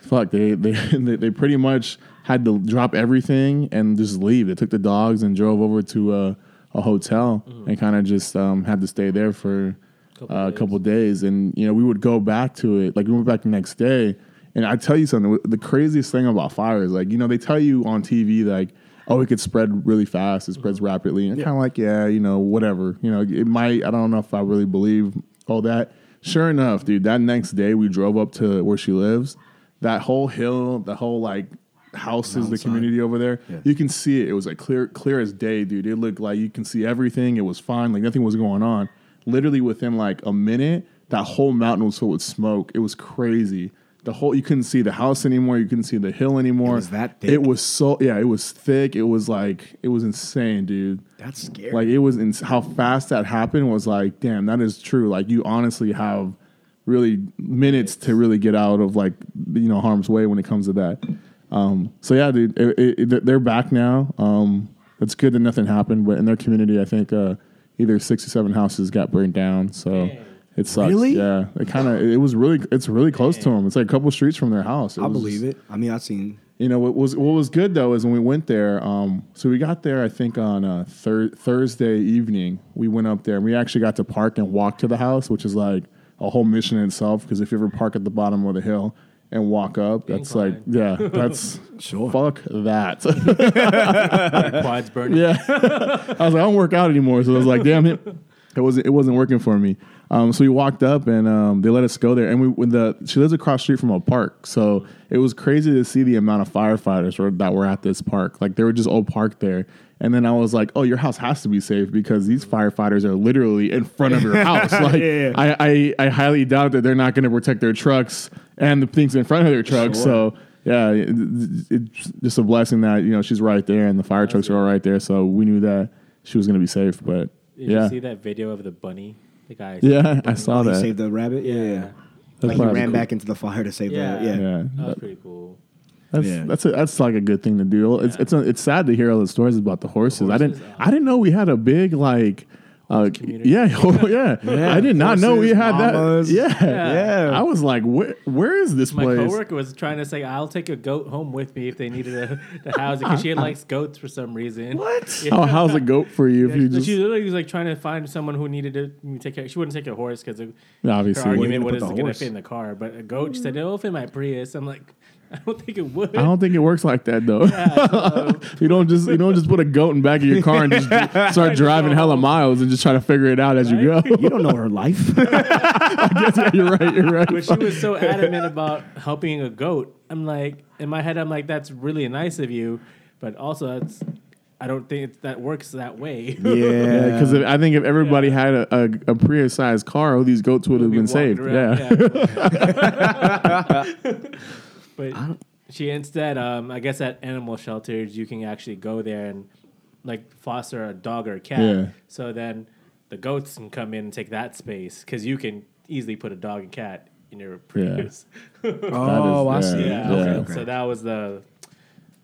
S3: fuck. They they (laughs) they, they pretty much had to drop everything and just leave. They took the dogs and drove over to a, a hotel and kind of just um, had to stay there for
S2: Mm-hmm. Couple
S3: uh, a
S2: days.
S3: couple days. And you know, we would go back to it. Like we went back the next day, and I tell you something. The craziest thing about fire is like you know they tell you on TV like. Oh, it could spread really fast. It spreads rapidly. And kind of like, yeah, you know, whatever. You know, it might. I don't know if I really believe all that. Sure enough, dude. That next day, we drove up to where she lives, that whole hill, the whole like houses, the
S1: Mountainside.
S3: community over there.
S1: Yeah.
S3: You can see it. It was like clear, clear as day, dude. It looked like you can see everything. It was fine. Like nothing was going on. Literally within like a minute, that whole mountain was filled with smoke. It was crazy. The whole you couldn't see the house anymore. You couldn't see the hill anymore.
S1: was that thick?
S3: It was so yeah. It was thick. It was like it was insane, dude.
S1: that's scary.
S3: Like it was in how fast that happened was like, damn, that is true. Like you honestly have really minutes to really get out of like you know harm's way when it comes to that. Um, so yeah, dude, it, it, it- they're back now. Um, it's good that nothing happened, but in their community, I think uh, either six or seven houses got burned down. So.
S2: Dang.
S3: It sucks.
S1: Really?
S3: Yeah. It kind of. It was really. It's really close to them. It's like a couple streets from their house.
S1: I
S3: was
S1: believe
S3: just-
S1: it. I mean, I've seen.
S3: you know what was what was good though is when we went there. Um, so we got there I think on uh thir- Thursday evening. We went up there and we actually got to park and walk to the house, which is like a whole mission in itself. Because if you ever park at the bottom of the hill and walk up, that's like
S2: Incline.
S3: yeah, that's
S1: Sure.
S3: fuck that. (laughs)
S2: quads burning.
S3: Yeah,
S1: (laughs)
S3: I was like, I don't work out anymore, so I was like, damn it, it wasn't it wasn't working for me. Um, so we walked up and um, they let us go there, and we when the she lives across the street from a park, so it was crazy to see the amount of firefighters were, that were at this park. Like they were just all parked there, and then I was like, oh, your house has to be safe because these firefighters are literally in
S1: (laughs)
S3: front of your house. Like
S1: Yeah.
S3: I, I I highly doubt that they're not going to protect their trucks and the things in front of their trucks. So. Yeah, it- it's just a blessing that you know she's right there and the fire trucks are all right there. So we knew that she was gonna be safe. But
S2: Did
S3: yeah,
S2: you see that video of the bunny? The guy.
S3: yeah, I saw
S1: You
S3: that.
S1: saved the rabbit. Yeah, yeah.
S3: That's
S1: Like he
S3: probably
S1: ran
S3: cool.
S1: back into the fire to save
S2: Yeah.
S1: the. Yeah.
S3: Yeah,
S2: That was pretty cool.
S3: that's
S1: Yeah.
S3: that's a, that's like a good thing to do. It's it's, a, it's sad to hear all the stories about the horses. I didn't
S2: horses, uh,
S3: I didn't know we had a big like. Uh,
S2: community.
S3: yeah, (laughs) oh, yeah, I did not know we
S1: Horses,
S3: had
S1: llamas.
S3: that. Yeah.
S1: Yeah.
S3: I was like, where, where is this
S2: My
S3: place?
S2: coworker was trying to say, "I'll take a goat home with me if they needed a, to house it because she likes goats for some reason."
S1: What?
S2: Yeah.
S3: (laughs) Oh, how's a goat for you? If you
S2: She-
S3: just
S2: she literally was like trying to find someone who needed to take care. She wouldn't take a horse because her
S3: Obviously. Where
S1: you gonna
S2: argument was
S1: put
S2: it's
S1: the
S2: going to
S1: horse?
S2: fit in the car. But a goat she said it'll fit my Prius. I'm like, (laughs) I don't think it would.
S3: I don't think it works like that though. (laughs) you don't just you don't just put a goat in back of your car
S1: (laughs)
S3: and just dr- start driving hella miles and just try to figure it out as you go.
S1: You don't know her
S3: (laughs)
S1: life.
S3: yeah, you're right. You're
S2: (laughs)
S3: right.
S2: But she was so adamant about helping a goat. I'm like, in my head, I'm like, that's really nice of you, but also that's, I don't think it's, that works that way. (laughs)
S3: (laughs)
S1: yeah,
S3: because I think if everybody had a, a, a Prius sized car, all these goats would have
S2: We
S3: been
S2: walked
S3: saved.
S2: around,
S3: Yeah. (laughs)
S2: (laughs) but she instead, um, I guess at animal shelters, you can actually go there and like foster a dog or a cat.
S3: Yeah.
S2: So then the goats can come in and take that space because you can easily put a dog and cat in your (laughs) Prius. Yeah.
S1: Oh, I
S3: That is-
S1: see.
S3: yeah,
S1: Okay,
S3: yeah.
S1: okay.
S2: So that was the,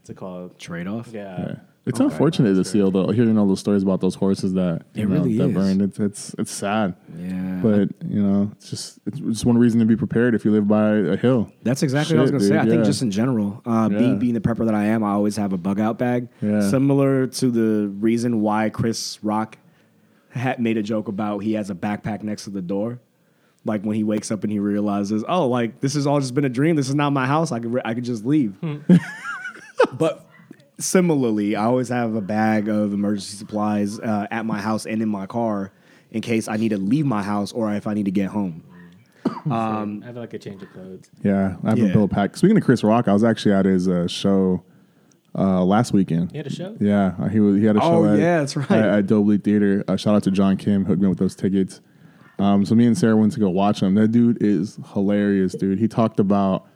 S2: what's it called?
S1: Trade off.
S2: Yeah.
S3: It's
S1: Oh,
S3: unfortunate to see all the hearing all those stories about those horses that you
S1: It
S3: know,
S1: really
S3: that
S1: is.
S3: burned. It's it's it's sad.
S1: Yeah.
S3: But you know, it's just it's just one reason to be prepared if you live by a hill.
S1: That's exactly what I was
S3: Shit,
S1: going to say.
S3: dude,
S1: I think
S3: yeah.
S1: just in general, uh,
S3: Yeah.
S1: being, being the prepper that I am, I always have a bug out bag.
S3: Yeah.
S1: Similar to the reason why Chris Rock had made a joke about he has a backpack next to the door. Like when he wakes up and he realizes, oh, like this has all just been a dream. This is not my house. I could re- I could just leave. (laughs) but similarly, I always have a bag of emergency supplies uh, at my house and in my car in case I need to leave my house or if I need to get home.
S2: I have like a change of clothes.
S3: Yeah, I haven't
S1: Yeah.
S3: built a pack. Speaking of Chris Rock, I was actually at his uh, show uh, last weekend.
S2: You had a show?
S3: Yeah, uh, he was, he had a show.
S1: Oh,
S3: at,
S1: yeah, that's right.
S3: At, at Doble Theater. Uh, shout out to John Kim, hooked me up with those tickets. Um, so me and Sarah went to go watch him. That dude is hilarious, dude. He talked about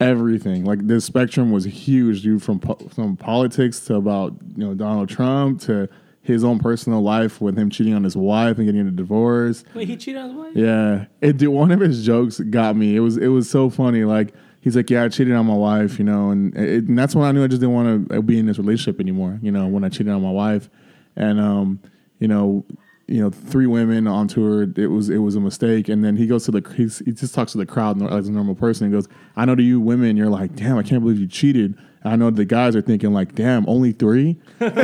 S3: everything. Like the spectrum was huge, dude. From po- from politics to about you know Donald Trump to his own personal life with him cheating on his wife and getting a divorce.
S2: Wait, he cheated on his wife?
S3: Yeah, it dude, one of his jokes got me. It was it was so funny. Like he's like, yeah, I cheated on my wife, you know, and, it, and that's when I knew I just didn't want to be in this relationship anymore. You know, when I cheated on my wife, and um, you know, you know, three women on tour, it was it was a mistake. And then he goes to the he's, he just talks to the crowd nor- as a normal person. He goes, I know to you women, you're like, damn, I can't believe you cheated. I know the guys are thinking like, damn, only three. Like, (laughs)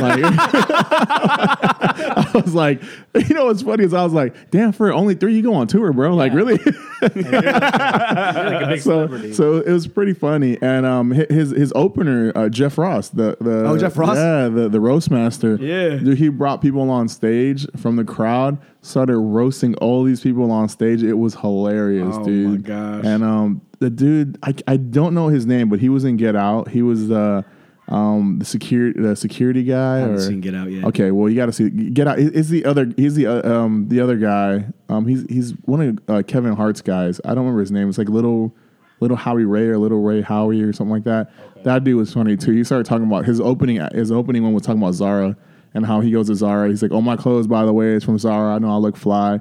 S3: I was like, (laughs) you know what's funny is I was like, damn, for only three, you go on tour, bro. Like, really?
S2: Like a big
S3: so,
S2: celebrity.
S3: so it was pretty funny. And um, hi- his his opener, uh, Jeff Ross, the, the
S1: Oh, Jeff Ross?
S3: yeah, the the roast master,
S1: Yeah.
S3: dude, he brought people on stage from the crowd, started roasting all these people on stage. It was hilarious,
S1: Oh, my
S3: dude.
S1: gosh.
S3: And um, the dude, I I don't know his name, but he was in Get Out. He was the um the security the security guy. I
S1: haven't seen Get Out yet.
S3: Okay, well you got to see Get Out. Is the other? He's the uh, um the other guy. Um, he's he's one of uh, Kevin Hart's guys. I don't remember his name. It's like little little Howie Ray or little Ray Howie or something like that. That dude was funny too. He started talking about his opening. His opening one was talking about Zara and how he goes to Zara. He's like, "Oh, my clothes, by the way, is from Zara. I know I look fly."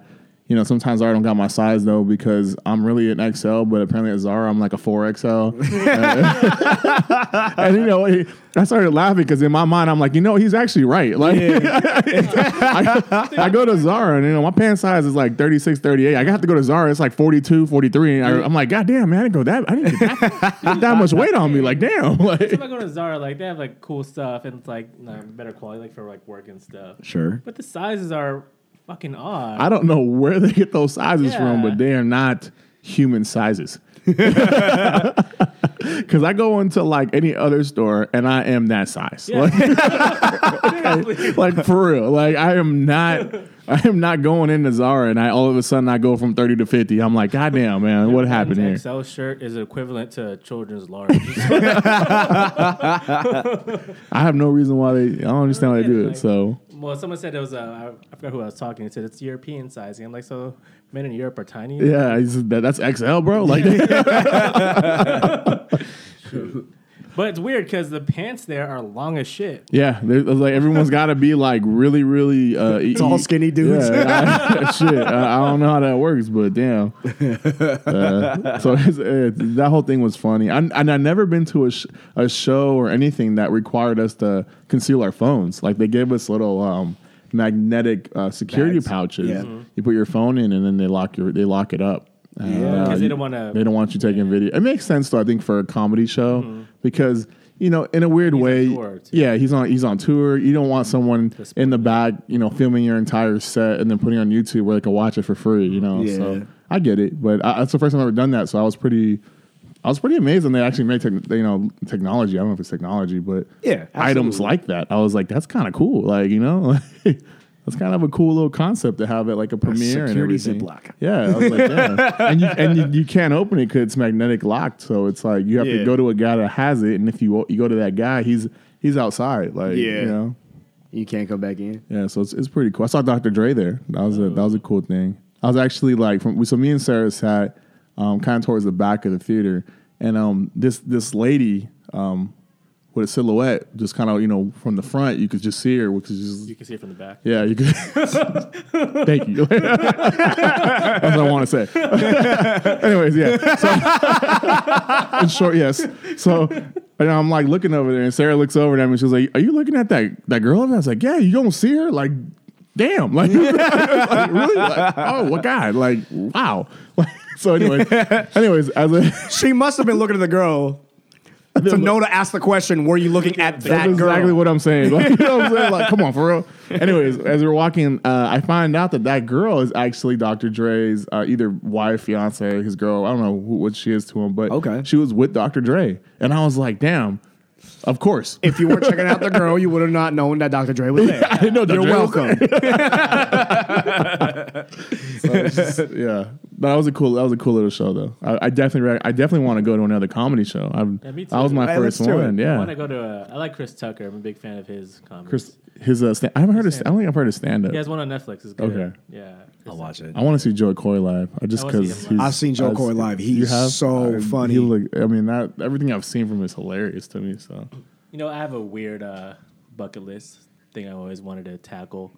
S3: You know, sometimes I don't got my size though because I'm really an XL, but apparently at Zara I'm like a four XL. and you know, he- I started laughing because in my mind I'm like, you know, he's actually right. Like, (laughs) I, I go to Zara and you know my pant size is like 36, 38. I have to go to Zara. It's like 42, 43. And I, I'm like, God damn, man, I didn't go that. I didn't get
S2: (laughs)
S3: that, not that much weight on me. Like, damn. (laughs) Like,
S2: if I go to Zara, like they have like cool stuff and it's like nah, better quality, like for like work and stuff.
S1: Sure.
S2: But the sizes are fucking odd.
S3: I don't know where they get those sizes from,
S2: Yeah.
S3: but they are not human sizes. (laughs) Because I go into like any other store and I am that size.
S2: Yeah. (laughs)
S3: Like,
S2: Seriously.
S3: like for real. Like I am not I am not going into Zara and I all of a sudden I go from 30 to 50. I'm like, God damn, man, what (laughs) happened here?
S2: An XL shirt is equivalent to a children's large.
S3: I have no reason why they I don't understand why they do it. So
S2: (laughs) well, someone said it was, uh, I forgot who I was talking to, said it's European sizing. I'm like, so men in Europe are tiny?
S3: yeah, it's- that, that's XL, bro. Like
S2: But it's weird because the pants there are long as shit.
S3: yeah, there- it's like everyone's got to be like really really uh
S1: (laughs)
S3: e-
S1: Tall,
S3: e-
S1: skinny dudes. (laughs)
S3: Yeah, (laughs) I- shit, I, I don't know how that works, but damn. Uh, so it's, it's, that whole thing was funny, I, and I've never been to a, sh- a show or anything that required us to conceal our phones. Like they gave us little um, magnetic uh, security
S1: Bags.
S3: pouches.
S1: Yeah.
S3: You put your phone in, and then they lock your they lock it up. Uh,
S2: Because
S3: you-
S2: they don't want to.
S3: they don't want you taking video. It makes sense though, I think, for a comedy show because you know, in a weird way,
S2: Mm-hmm. tour, too.
S3: yeah, he's on he's on tour. You don't want someone in the back, you know, filming your entire set and then putting it on YouTube where they can watch it for free. You know,
S1: Yeah.
S3: so I get it, but I, that's the first time I've ever done that, so I was pretty. I was pretty amazed when they actually made tech, you know technology. I don't know if it's technology, but
S1: Yeah,
S3: items
S1: absolutely.
S3: like that. I was like, that's kind of cool. Like you know, (laughs) that's kind of a cool little concept to have at like a premiere and
S1: security
S3: everything.
S1: Ziploc.
S3: Yeah, I was
S1: (laughs)
S3: like, yeah. and you and you, you can't open it because it's magnetic locked. So it's like you have
S1: Yeah.
S3: to go to a guy that has it, and if you you go to that guy, he's he's outside. Like
S1: Yeah.
S3: you know,
S1: You can't come back in.
S3: yeah. So it's it's pretty cool. I saw Dr. Dre there. That was
S1: Oh.
S3: a that was a cool thing. I was actually like from so me and Sarah sat um, kind of towards the back of the theater, and um this this lady um with a silhouette just kind of you know from the front you could just see her, which is just
S2: You can see it from the back.
S3: yeah, you could. Thank you. That's what I want to say. (laughs) Anyways, yeah. So, (laughs) in short, yes. So, and I'm like looking over there, and Sarah looks over at me, and she's like, "Are you looking at that that girl?" And I was like, "Yeah." You don't see her, like, damn, like, (laughs) like, really? Like, oh, what God? Like, (laughs) wow. Like, so, anyways, anyways, as a
S1: She must have been looking at the girl. to know to ask the question, were you looking at that
S3: That's
S1: girl?
S3: exactly what I'm saying. Like, (laughs) you know what I'm saying? Like, come on, for real.
S1: (laughs)
S3: Anyways, as we're walking, uh, I find out that that girl is actually Dr. Dre's uh, either wife, fiance, his girl. I don't know who, what she is to him, but
S1: Okay.
S3: she was with Dr. Dre, and I was like, damn, of course. (laughs)
S1: if you weren't checking out the girl, you would have not known that Dr. Dre was there.
S3: I didn't know Dr.
S1: You're
S3: Dre was
S1: welcome.
S3: (laughs) yeah, that was a cool. That was a cool little show, though. I, I definitely, re- I definitely want to go to another comedy show. I'm,
S2: Yeah, me too.
S3: That was my
S1: Hey, let's
S3: first
S1: do it.
S3: one.
S2: I want to
S3: Yeah,
S2: go to. A, I like Chris Tucker. I'm a big fan of his comedy.
S3: Chris, his. Uh, sta- I haven't heard. His, I don't think I've heard his stand up.
S2: He has one on Netflix. It's good.
S3: Okay.
S2: Yeah. Chris
S4: I'll watch it.
S3: I want to see Joe Coy live. I just
S2: I wanna see
S3: because
S2: him live.
S1: I've seen Joe Coy live. He's so
S3: I-
S1: funny.
S3: He look, I mean, that everything I've seen from him is hilarious to me. So
S2: You know, I have a weird uh, bucket list thing I always wanted to tackle.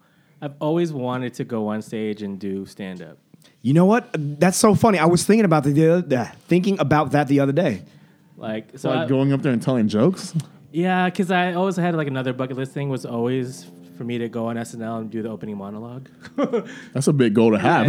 S2: I've always wanted to go on stage and do stand up.
S1: You know what? That's so funny. I was thinking about the, the other, uh, thinking about that the other day.
S2: Like so,
S3: like
S2: I-
S3: going up there and telling jokes.
S2: yeah, because I always had like another bucket list thing was always for me to go on SNL and do the opening monologue.
S3: That's a big goal to have.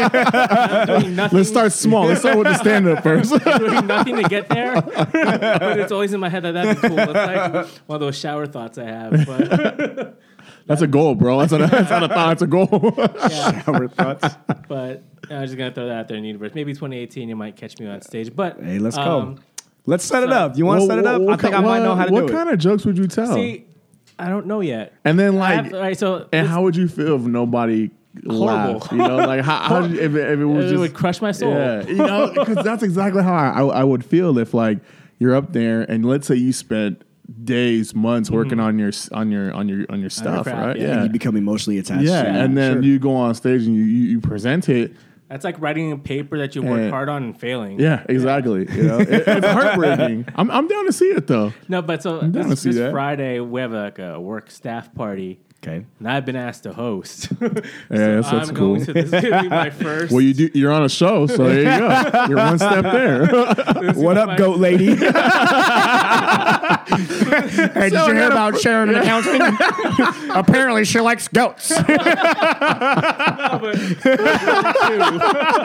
S2: Doing nothing,
S3: (laughs) Let's start small. Let's start with the stand up first.
S2: (laughs)
S3: (laughs)
S2: doing nothing to get there, (laughs) but it's always in my head that that'd be cool. It's like one of those shower thoughts I have.
S3: (laughs)
S2: But
S3: That's a goal, bro. That's, a, that's not a thought. That's
S1: (laughs)
S3: a goal.
S2: yeah,
S1: Our thoughts.
S2: but I was just gonna throw that out there in the universe. Maybe 2018, you might catch me on stage. But
S1: Hey, let's go.
S2: um,
S1: Let's set it up. You want to
S3: Well,
S1: set it up?
S3: what
S1: I think
S3: ki-
S1: I might know
S3: what-
S1: how to
S3: What
S1: do
S3: kind
S1: it.
S3: of jokes would you tell?
S2: See, I don't know yet.
S3: and then
S2: I
S3: like,
S2: have- all right, so
S3: and
S2: this-
S3: how would you feel if nobody laughed? You know, like
S2: (laughs)
S3: how, how did- if, it- if it was
S2: it
S3: just
S2: would crush my soul.
S3: Yeah, you know, because that's exactly how I, I, I would feel if like you're up there and let's say you spent days, months working on your s- on your on your on your stuff,
S2: craft,
S3: right?
S2: yeah.
S3: Yeah.
S1: You become emotionally attached.
S3: Yeah, and then
S1: sure.
S3: you go on stage and you, you, you present it.
S2: (laughs) That's like writing a paper that you worked
S3: Yeah.
S2: hard on and failing.
S3: Yeah, exactly. You know, It- it's heartbreaking. I'm, I'm down to see it though.
S2: No, but so
S3: down
S2: this,
S3: to see
S2: this
S3: that.
S2: Friday we have like a work staff party.
S1: Okay.
S2: And I've been asked to host. (laughs) yeah,
S3: that's- that's
S2: I'm
S3: cool.
S2: Going to, this is gonna be my
S3: (laughs)
S2: first.
S3: Well, you do. You're on a show, so there you go. You're one step there.
S1: What up,
S2: Fine. (laughs)
S1: goat
S4: (laughs)
S1: lady? hey, did you hear about Sharon in accounting? (laughs) Apparently, she likes goats. (laughs)
S2: but-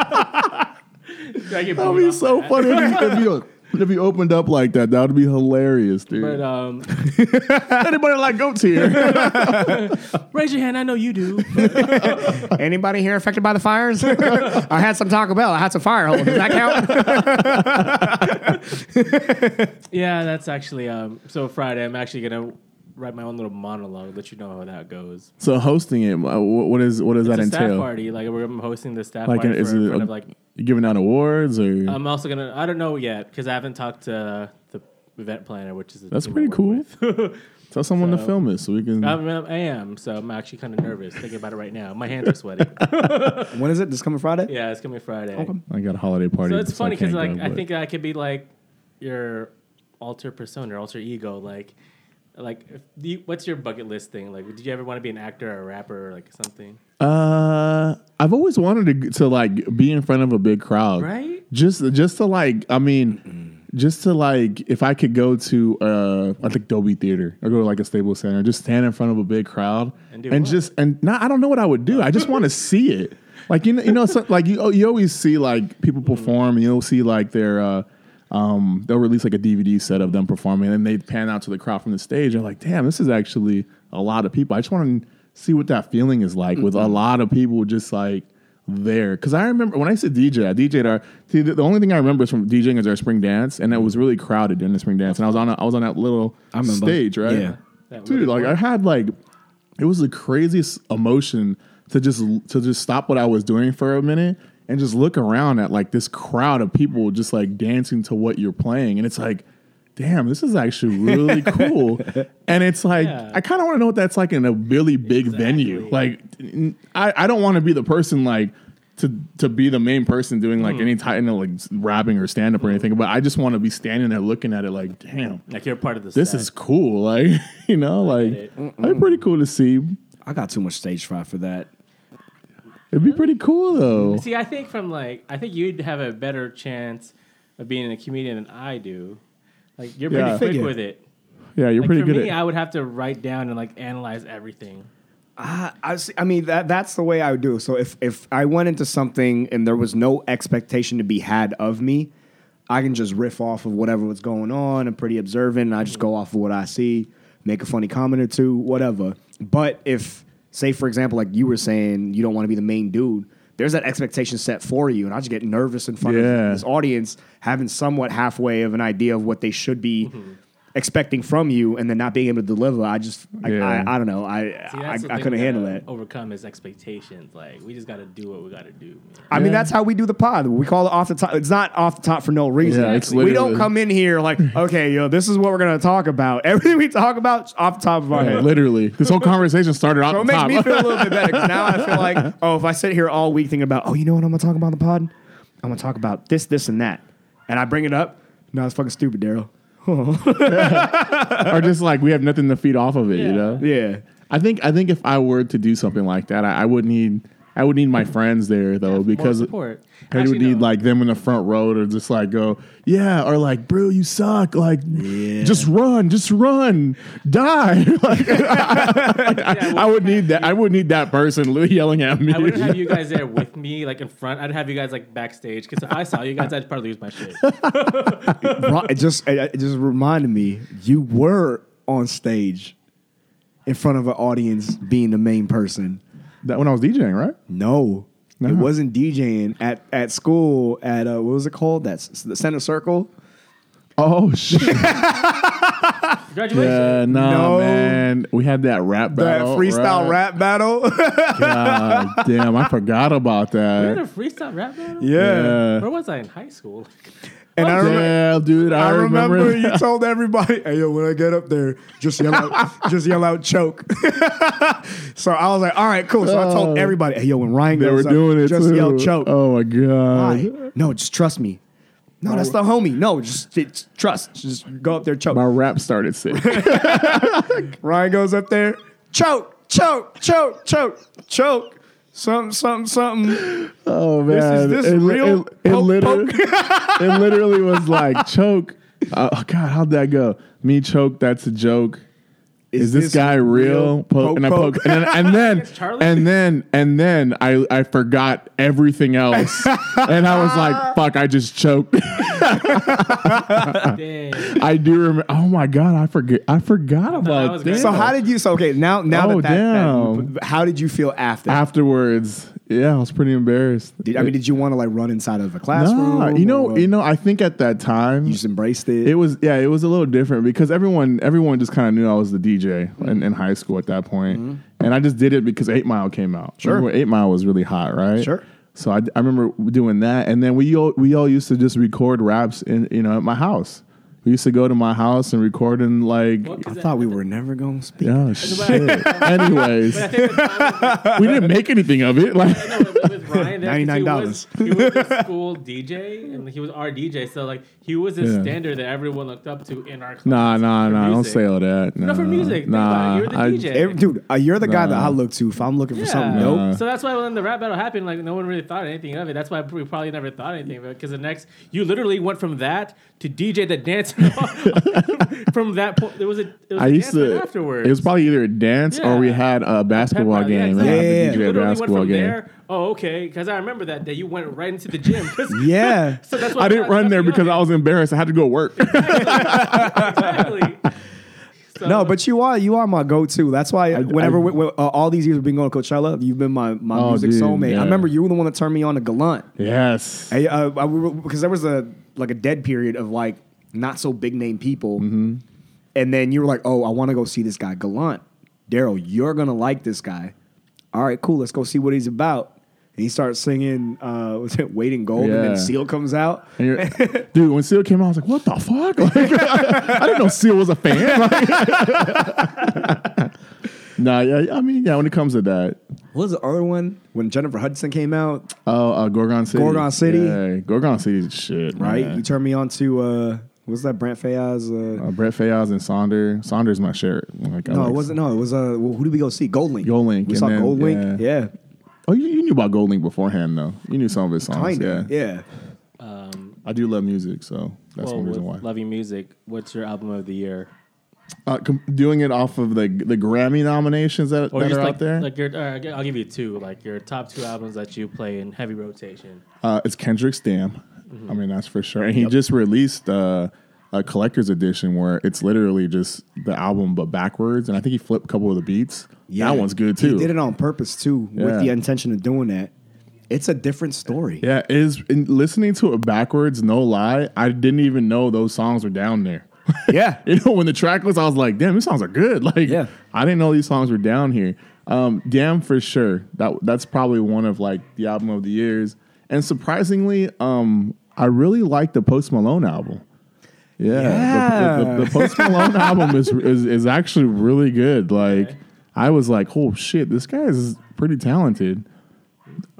S2: (laughs) I get
S3: That'd
S2: booed
S3: be
S2: off
S3: so
S2: that.
S3: funny if you, if you if you opened up like that. That would be hilarious, dude.
S2: But um,
S3: Anybody like goats here?
S2: raise your hand. I know you
S3: (laughs)
S2: do.
S1: Anybody here affected by the fires? (laughs) I had some Taco Bell. I had some fire hole. Does that (laughs) count?
S2: Yeah, that's actually um. So Friday, I'm actually gonna write my own little monologue. Let you know how that goes.
S3: so hosting it, uh, wh- what is what does that
S2: It's a staff
S3: entail?
S2: party. Like we're I'm hosting the staff
S3: Like,
S2: party
S3: is
S2: for, in
S3: it
S2: front
S3: a-
S2: of like.
S3: You giving out awards or
S2: I'm also gonna. I don't know yet because I haven't talked to the event planner, which is the
S3: that's
S2: team I
S3: pretty
S2: work (laughs)
S3: cool.
S2: with.
S3: Tell someone to
S2: So- um,
S3: film this so we can.
S2: I'm, I'm- I am, so I'm actually kind of nervous thinking about it right now. My hands are
S3: (laughs)
S2: sweating.
S1: when is it? This coming Friday?
S2: yeah, it's gonna be Friday.
S3: I got a holiday party.
S2: So it's
S3: I
S2: funny because
S3: can't
S2: like
S3: go,
S2: I
S3: but-
S2: think I could be like your alter persona, or alter ego, like. Like, if you, what's your bucket list thing? Like, did you ever want to be an actor or a rapper or like something?
S3: uh, I've always wanted to to like be in front of a big crowd,
S2: Right?
S3: Just just to like, I mean, just to like, if I could go to uh, I think Dolby Theater or go to like a Staples Center, just stand in front of a big crowd
S2: And do what?
S3: just and not, I don't know what I would do. I just want to see it. Like you know, you know, so, like you oh, you always see like people perform, and you'll see like their. Uh, um, they'll release like a DVD set of them performing, and they pan out to the crowd from the stage. And like, damn, this is actually a lot of people. I just want to see what that feeling is like with
S1: Mm-hmm.
S3: a lot of people just like there. Because I remember when I used to DJ, I DJed our. See, the, the only thing I remember is from DJing is our spring dance, and it was really crowded during the spring dance. And I was on, a, I was on that little
S1: remember.
S3: stage, right?
S1: Yeah.
S2: That
S3: dude,
S2: little
S3: like I had like it was the craziest emotion to just to just stop what I was doing for a minute and just look around at like this crowd of people just like dancing to what you're playing and it's like damn this is actually really cool and it's like
S2: Yeah.
S3: I kind of want to know what that's like in a really big venue like n- I, I don't want to be the person like to to be the main person doing like any type of like rapping or stand up or anything but I just want to be standing there looking at it like damn
S2: Like you're part of the.
S3: this
S2: set.
S3: is cool. Like, (laughs) you know, like
S2: it.
S3: that'd be pretty cool to see.
S1: I got too much stage fright for that.
S3: It'd be pretty cool though.
S2: See, I think from like, I think you'd have a better chance of being a comedian than I do. Like you're pretty
S3: Yeah.
S2: quick
S1: Figure.
S2: with it.
S3: Yeah,
S2: Mm-hmm.
S3: you're
S2: Like,
S3: pretty
S2: for
S3: good
S2: me,
S3: at
S2: I would have to write down and like analyze everything.
S1: I, I s- I mean that that's the way I would do. it. So if if I went into something and there was no expectation to be had of me, I can just riff off of whatever was going on. I'm pretty observant. And I just go off of what I see, make a funny comment or two, whatever. But if, say, for example, like you were saying, you don't want to be the main dude. There's that expectation set for you, and I just get nervous in front
S3: Yeah.
S1: of this audience, having somewhat halfway of an idea of what they should be
S3: Mm-hmm.
S1: expecting from you, and then not being able to deliver. I just, I,
S3: Yeah.
S1: I, I don't know. I,
S2: See,
S1: I,
S2: that's the
S1: I
S2: thing
S1: couldn't
S2: we
S1: handle
S2: gotta
S1: it.
S2: Overcome his expectations. Like we just got to do what we got to do. man.
S1: I mean,
S3: Yeah.
S1: that's how we do the pod. We call it off the top. It's not off the top for no reason.
S3: Yeah, it's
S1: we don't
S3: literally-
S1: come in here
S3: (laughs)
S1: like, okay, yo, this is what we're gonna talk about. (laughs) Everything we talk about is off the top of our
S3: (laughs) Yeah,
S1: head.
S3: literally, this whole conversation started off
S1: So it
S3: the
S1: makes
S3: top.
S1: me feel a little bit better 'cause now I feel
S3: (laughs)
S1: like, oh, if I sit here all week thinking about, oh, you know what I'm gonna talk about on the pod? I'm gonna talk about this, this, and that, and I bring it up. No, it's fucking stupid, Daryl.
S3: (laughs) or just like we have nothing to feed off of it, you
S2: Yeah.
S3: know?
S1: Yeah,
S3: I think I think if I were to do something like that, I, I would need I would need my friends there though because
S2: More support.
S3: I
S2: Actually,
S3: would need
S2: no.
S3: like them in the front row to just like go, yeah, or like, bro, you suck. Like, just run, just run, die. (laughs)
S2: (laughs)
S3: like, I, (laughs) I would need that. I would need that person (laughs) yelling at me.
S2: I wouldn't have you guys there with me, like in front. I'd have you guys like backstage because if I saw you guys, I'd probably lose my shit.
S3: (laughs)
S1: Ro- it just it it just reminded me you were on stage in front of an audience being the main person.
S3: that when I was DJing, right?
S1: No,
S3: No.
S1: it wasn't DJing at at school at uh, what was it called? That's the center circle.
S3: Oh shit!
S2: Graduation.
S3: (laughs) yeah, no,
S1: No.
S3: man. We had that rap
S1: That
S3: battle,
S1: freestyle
S3: right?
S1: rap battle. (laughs)
S3: God damn, I forgot about
S2: We had a
S3: that.
S2: freestyle rap battle.
S1: yeah.
S3: Yeah.
S2: Where was I in high school? (laughs)
S1: And I remember,
S3: Yeah, dude, I,
S1: I
S3: remember.
S1: remember
S3: (laughs)
S1: you told everybody, "Hey yo, when I get up there, just yell
S3: (laughs)
S1: out, just yell out, choke." (laughs) so I was like, "All right, cool." So I told
S3: Oh.
S1: everybody, "Hey yo, when Ryan
S3: they
S1: goes
S3: were
S1: up,
S3: doing it
S1: just
S3: too.
S1: yell choke."
S3: Oh my god!
S1: Why? No, just trust me. No, that's the homie. No, just it's trust. Just go up there, choke.
S3: Oh. My rap started sick.
S1: Ryan goes up there, choke, choke, choke, choke, choke. Something, something, something.
S3: oh man!
S1: this
S3: it, li-
S1: real?
S3: It, it
S1: Poke,
S3: literally, (laughs) it literally was like choke. Uh, oh god, how'd that go? Me choke. That's a joke. Is, this, guy real? Poke, and I poke, and then
S1: (laughs)
S3: and then,
S2: Charlie?
S3: and then and then I I forgot everything else,
S1: (laughs)
S3: and I was like, "Fuck!" I just choked. Uh, (laughs)
S2: Dang.
S3: I do remember. Oh my god! I forget. I forgot
S2: that
S3: about
S2: was
S3: this.
S2: great.
S1: So how did you? So okay, now now
S3: Oh,
S1: that, that,
S3: damn. Ah.
S1: that how did you feel after?
S3: afterwards? Yeah, I was pretty embarrassed.
S1: Did, I mean, did you want to like run inside of a classroom?
S3: Nah, you know,
S1: or
S3: you know. I think at that time,
S1: you just embraced it.
S3: it was yeah, it was a little different because everyone everyone just kind of knew I was the DJ
S2: Mm-hmm.
S3: in, in high school at that point, and I just did it because Eight Mile came out.
S1: Sure.
S3: Remember when Eight Mile was really hot, right?
S1: Sure.
S3: So I, I remember doing that, and then we all we all used to just record raps in you know at my house. We used to go to my house and record in like.
S2: What? 'Cause
S1: I
S2: that-
S1: thought we were never gonna speak.
S2: (laughs)
S3: Oh shit! Anyways, we didn't make anything of
S2: (laughs)
S3: it. Like,
S2: No, with, with Ryan,
S3: (laughs)
S2: there, 'cause he
S1: $99.
S2: was- He was the school DJ, and he was our DJ. So like, he was the
S3: Yeah.
S2: standard that everyone looked up to in our class.
S3: nah, nah,
S2: for
S3: nah! Don't
S2: music.
S3: say all that.
S2: No, for music. Think about it. You're the
S3: I-
S2: DJ.
S1: Every- dude, uh, you're the guy that
S3: Nah.
S1: I look to if I'm looking for something.
S3: Nah.
S1: Nope.
S3: Uh,
S2: So that's why when the rap battle happened, like no one really thought anything of it. That's why we probably never thought anything of it. Because the next, you literally went from that to DJ the dance. (laughs) from that point, there was a, there was
S3: I
S2: a
S3: used
S2: dance
S3: to.
S2: night afterwards.
S3: It was probably either a dance or we
S2: Yeah.
S3: had a basketball
S2: Pep rally,
S3: game.
S1: Yeah,
S3: and
S1: yeah, yeah.
S3: had the DJ
S2: literally
S3: basketball
S2: went from
S3: game.
S2: there. Oh, okay. Because I remember that day you went right into the gym. (laughs) 'Cause-
S3: (laughs)
S1: Yeah.
S2: So that's why
S3: I didn't run there because I was embarrassed. I had to go work. (laughs)
S2: Exactly. So-
S1: No, but you are you are my go-to. That's why whenever we, we- uh, all these years we've been going to Coachella, you've been my, my
S3: Oh,
S1: music
S3: dude,
S1: soulmate.
S3: yeah.
S1: I remember you were the one that turned me on to Gallant.
S3: yes.
S1: Hey, uh, I, because there was a like a dead period of like not so big name people,
S3: Mm-hmm.
S1: and then you were like, "Oh, I want to go see this guy, Gallant, Daryl. You're gonna like this guy. All right, cool. Let's go see what he's about." And he starts singing, uh, (laughs) was it "Waiting Gold," and
S3: Yeah.
S1: then Seal comes out.
S3: And you're- dude, when Seal came out, I was like, what the fuck? (laughs) Like, I, didn't know Seal was a fan. (laughs) Like- nah, yeah, I mean, yeah, when it comes to that.
S1: What was the other one when Jennifer Hudson came out?
S3: Oh, uh, Gorgon City.
S1: Gorgon City.
S3: Yeah, Gorgon City is shit.
S1: Right,
S3: man.
S1: you turned me on to uh, what was that Brant Fayaz? Uh,
S3: Uh, Brett Fayaz and Saunders. Saunders, my shirt. Like, I
S1: no,
S3: like-
S1: it wasn't. No, it was uh, well, who did we go see? Gold Link.
S3: Gold Link,
S1: We
S3: and
S1: saw
S3: then-
S1: Gold Link.
S3: yeah.
S1: Yeah,
S3: Oh, you, you knew about Gold Link beforehand, though. You knew some of his songs.
S1: kind of.
S3: yeah.
S1: Yeah.
S2: um,
S3: I do love music, so that's
S2: well,
S3: one reason why.
S2: with loving music. What's your album of the year?
S3: Uh, com- doing it off of the the Grammy nominations that, that are
S2: Oh, like,
S3: out there.
S2: like your, uh, I'll give you two. Like your top two albums that you play in heavy rotation.
S3: uh, it's Kendrick's "Damn."
S2: Mm-hmm.
S3: I mean, that's for sure. And he just released uh, a collector's edition where it's literally just the album but backwards. And I think he flipped a couple of the beats. That one's good too.
S1: He did it on purpose too, with
S3: Yeah.
S1: the intention of doing that. It's a different story.
S3: Yeah, it is and listening to it backwards, no lie, I didn't even know those songs were down there. (laughs)
S1: Yeah.
S3: you know, when the track list, I was like, damn, these songs are good. (laughs) Like,
S1: Yeah.
S3: I didn't know these songs were down here. Um, damn for sure. That that's probably one of like the album of the years. And surprisingly, um, I really like the Post Malone album. Yeah, the- The, the- the Post Malone album is, is is actually really good. Like, I was like, oh shit, this guy is pretty talented.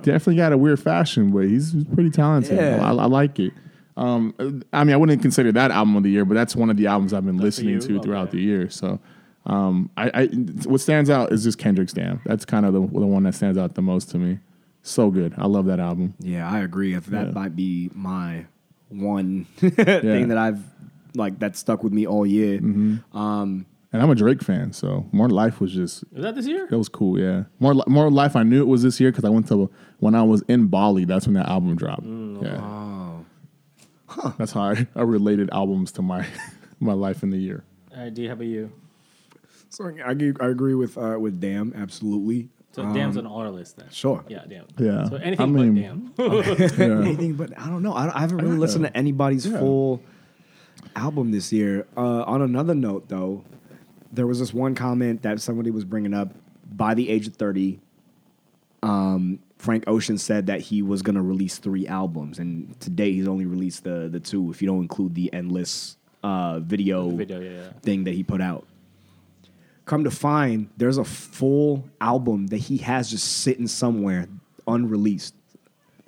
S3: Definitely got a weird fashion, but he's he's pretty talented.
S1: Yeah.
S3: I, I like it. Um, I mean, I wouldn't consider that album of the year, but that's one of the albums I've been listening
S2: you?
S3: to throughout
S2: Okay.
S3: the year. So, um, I, I what stands out is just Kendrick's "Damn." That's kind of the, the one that stands out the most to me. So good, I love that album.
S1: Yeah, I agree. If that
S3: Yeah.
S1: might be my one (laughs) thing that I've like that stuck with me all year.
S3: Mm-hmm. And I'm a Drake fan, so "More Life" was just
S2: Is that this year?
S3: that was cool. Yeah, "More Li- More Life." I knew it was this year because I went to when I was in Bali. That's when that album dropped. yeah, that's how I, I related albums to my (laughs) my life in the year.
S2: All right, D, how about you?
S1: So I, ag- I agree with uh, with Damn absolutely.
S2: So damn's on all our lists then.
S1: Sure.
S2: Yeah, damn.
S3: Yeah.
S2: So
S3: I
S2: anything
S3: mean-
S2: but
S1: (laughs)
S2: damn.
S1: Anything, but I don't know. I, I haven't really
S3: Yeah.
S1: listened to anybody's
S3: Yeah.
S1: full album this year. Uh, on another note, though, there was this one comment that somebody was bringing up. By the age of thirty, um, Frank Ocean said that he was going to release three albums, and today he's only released the the two. If you don't include the endless uh, video,
S2: Video, yeah, yeah.
S1: thing that he put out. Come to find, there's a full album that he has just sitting somewhere unreleased.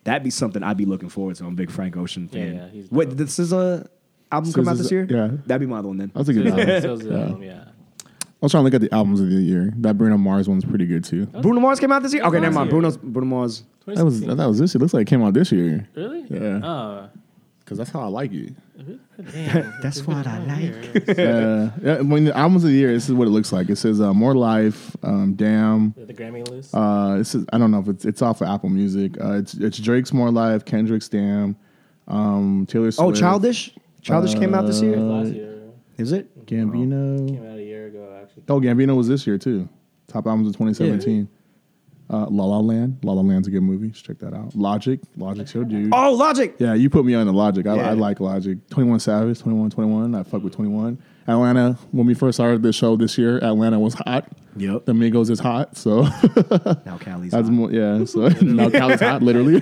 S1: That'd be something I'd be looking forward to. I'm a big Frank Ocean fan.
S2: Yeah, yeah, he's
S1: Wait,
S2: dope.
S1: this is a album
S3: So
S1: come out
S3: this
S1: this
S3: is-
S1: year?
S3: yeah.
S1: that'd be my other one then.
S3: That's a good album.
S2: So it's, um, yeah.
S3: I was trying to look at the albums of the year. That Bruno Mars one's pretty good too.
S1: Bruno Mars came out this year. Okay,
S2: last
S1: never mind.
S2: year.
S1: Bruno's, Bruno Mars.
S3: That was
S2: 2016.
S3: that was this. It looks like it came out this year
S2: really.
S3: Yeah.
S2: Oh,
S3: because that's how I like it.
S2: damn.
S1: That's what I
S2: like.
S3: Yeah, yeah. When the albums of the year, this is what it looks like. It says uh, "More Life," um, "Damn."
S2: The Grammy list.
S3: Uh, this is I don't know if it's it's off of Apple Music. Uh, it's it's Drake's "More Life," Kendrick's "Damn," um, Taylor
S1: Oh,
S3: Swift.
S1: Childish. Childish came out this year.
S2: last year
S1: Is it?
S3: Gambino.
S2: came out a year ago actually.
S3: Oh, Gambino was this year too. Top albums of 2017. Uh, La La Land. La La Land's a good movie. You should check that out. Logic. Logic's your dude.
S1: Oh, Logic.
S3: Yeah, you put me on the Logic. I,
S1: Yeah.
S3: I like Logic. 21 Savage, 21, 21. I fuck with 21. Atlanta, when we first started the show this year, Atlanta was hot.
S1: Yep.
S3: The Migos is hot. So (laughs)
S1: Now Cali's.
S3: that's
S1: on.
S3: more, yeah.
S1: (laughs)
S3: So now Cali's hot, literally.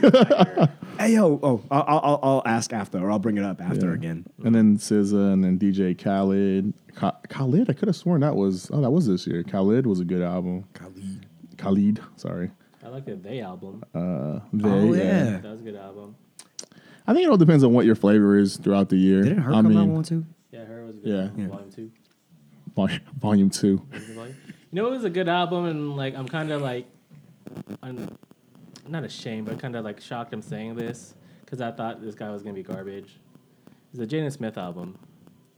S1: Hey yo. Oh, I'll, I'll I'll ask after, or I'll bring it up after
S3: Yeah.
S1: again.
S3: and then SZA and then DJ Khaled. Ka- Khalid, I could have sworn that was, oh, that was this year. Khalid was a good album.
S1: Khalid.
S3: Khalid, sorry.
S2: I like the They album.
S3: They,
S1: Oh, yeah.
S2: That was a good album.
S3: I think it all depends on what your flavor is throughout the year.
S1: Didn't her
S3: I
S1: come out
S3: mean,
S1: one too?
S2: Yeah, her was a good.
S3: Yeah.
S2: album.
S1: Yeah.
S2: Volume two.
S3: vol- Volume two.
S2: Was it volume? You know, it was a good album, and like I'm kind of like, I'm not ashamed, but kind of like shocked. I'm saying this because I thought this guy was gonna be garbage. It's a Jaden Smith album.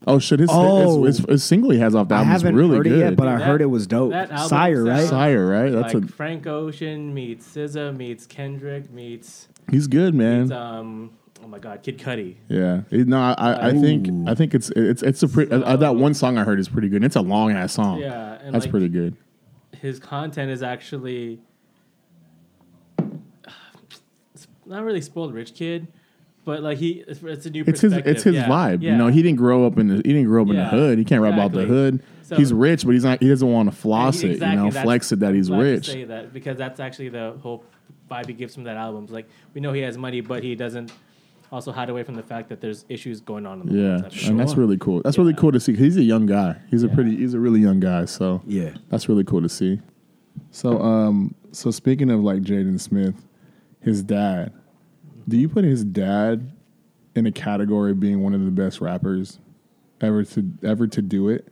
S3: Oh shit! His,
S1: Oh.
S3: his, his, his single he has off the
S1: I
S3: album is
S1: haven't
S3: really
S1: heard
S3: good.
S1: it yet, but I
S2: That-
S1: heard it was dope.
S2: that album
S1: Oh, Sire, right?
S2: sounds-
S3: Sire, right? That's
S2: like
S3: a
S2: Frank Ocean meets SZA meets Kendrick meets,
S3: he's good, man.
S2: meets um oh my god Kid Cudi.
S3: yeah, He- no, I, I, I think I think it's it's it's a pretty uh, that one song I heard is pretty good. And it's a long ass song.
S2: Yeah, and
S3: that's
S2: like,
S3: pretty good.
S2: His content is actually it's not really spoiled rich kid, but like he it's, it's a new
S3: It's his
S2: perspective.
S3: it's his
S2: Yeah,
S3: vibe.
S2: yeah.
S3: You know, he didn't grow up in the he didn't grow up in
S2: Yeah,
S3: the hood. He can't rap about the
S2: exactly.
S3: hood.
S2: So-
S3: he's rich, but he's not. He doesn't want to
S2: And
S3: floss
S2: he-
S3: it. You know,
S2: that's-
S3: flex it that he's
S2: I'm glad you
S3: rich.
S2: Say that because that's actually the whole vibe he gives from that album. It's like we know he has money, but he doesn't also hide away from the fact that there's issues going on. In the world
S3: Yeah,
S2: type of
S3: and
S2: shit.
S3: that's really cool. That's really
S2: Yeah.
S3: cool to see. 'cause He's a young guy. He's a pretty. He's a really young guy. So
S1: Yeah.
S3: that's really cool to see. So um, so speaking of like Jaden Smith, his dad. Do you put his dad in a category of being one of the best rappers ever to ever to do it?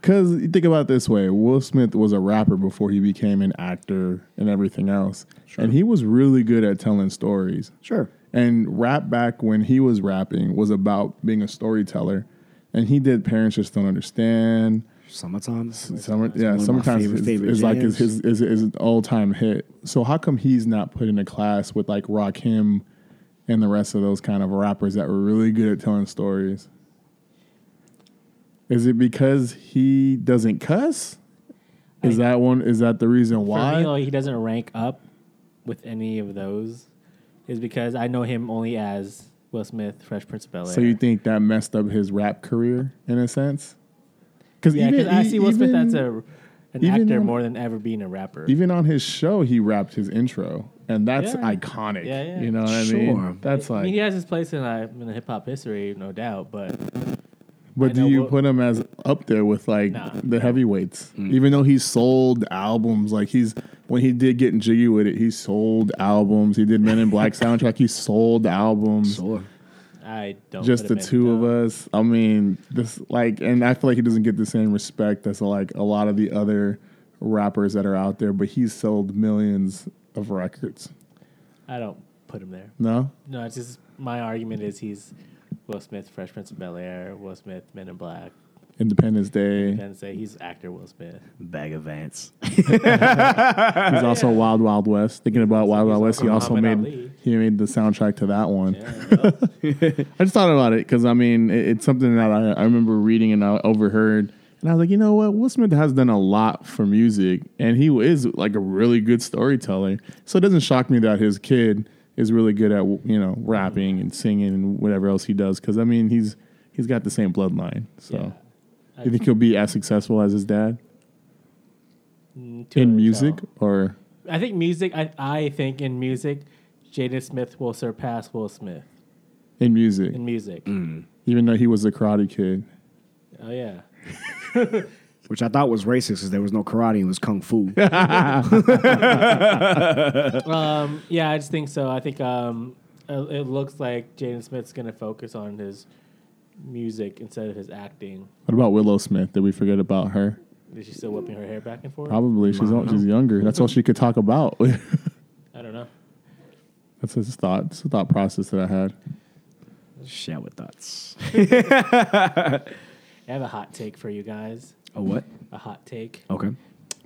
S3: Because you think about it this way Will Smith was a rapper before he became an actor and everything else. And he was really good at telling stories.
S1: Sure.
S3: And rap back when he was rapping was about being a storyteller. And he did Parents Just Don't Understand.
S1: Summertime.
S3: Summer, yeah,
S1: One of my
S3: sometimes
S1: favorite-
S3: it's,
S1: favorite
S3: it's like his,
S1: jams.
S3: his, is is an all time hit. So how come he's not put in a class with like Rakim and the rest of those kind of rappers that were really good at telling stories? Is it because he doesn't cuss? Is that one? Is that the reason
S2: For me,
S3: why?
S2: like, he doesn't rank up with any of those is because I know him only as Will Smith, Fresh Prince of Bel Air.
S3: So you think that messed up his rap career in a sense? Because
S2: yeah, because I see Will Smith as a an
S3: even
S2: actor
S3: on-
S2: more than ever being a rapper.
S3: even on his show he rapped his intro, and that's
S2: Yeah.
S3: iconic.
S2: Yeah, yeah.
S3: You know what I
S1: Sure.
S3: mean? That's
S2: I
S3: like.
S2: mean, he has his place in, uh, in the hip hop history, no doubt, but
S3: But
S2: I
S3: do
S2: know
S3: you
S2: what-
S3: put him as up there with like
S2: Nah.
S3: the heavyweights?
S2: Mm.
S3: Even though he sold albums, like he's when he did getting jiggy with it, he sold albums. He did Men
S2: (laughs)
S3: in Black soundtrack. He sold albums.
S1: Sure.
S2: I don't.
S3: Just
S2: put
S3: the
S2: him in
S3: two of
S2: top.
S3: us. I mean, this like, and I feel like he doesn't get the same respect as like a lot of the other rappers that are out there. But he's sold millions of records.
S2: I don't put him there.
S3: No,
S2: No, it's just my argument is he's Will Smith, Fresh Prince of Bel Air, Will Smith, Men in Black.
S3: Independence Day.
S2: Then say he's actor Will Smith.
S1: Bag of ants.
S3: He's also Wild Wild West. Thinking about Wild Wild West, he
S2: also
S3: also made
S2: Muhammad Ali.
S3: he made the soundtrack to that one.
S2: Yeah,
S3: (laughs) I just thought about it because I mean, it, it's something that I, I remember reading and I overheard, and I was like, you know what, Will Smith has done a lot for music, and he is like a really good storyteller. So it doesn't shock me that his kid is really good at you know rapping and singing and whatever else he does because I mean he's he's got the same bloodline. So
S2: Yeah.
S3: you think he'll be as successful as his dad
S2: Mm, too early
S3: in
S2: to
S3: music
S2: tell.
S3: or?
S2: I think music. I, I think in music, Jaden Smith will surpass Will Smith
S3: In music,
S2: in music.
S3: even though he was a karate kid,
S2: Oh yeah,
S1: (laughs) Which I thought was racist because there was no karate, it was kung (laughs) fu.
S2: um, yeah. I just think so. I think um, it, it looks like Jaden Smith's gonna focus on his music instead of his acting.
S3: What about Willow Smith? Did we forget about her?
S2: Is she still whipping her hair back and forth?
S3: Probably she's she's younger. That's all she could talk about. (laughs)
S2: I don't know.
S3: That's his thought. It's a thought process that I had.
S1: Shower thoughts.
S2: I have a hot take for you guys.
S1: Oh, what?
S2: A hot take.
S1: Okay.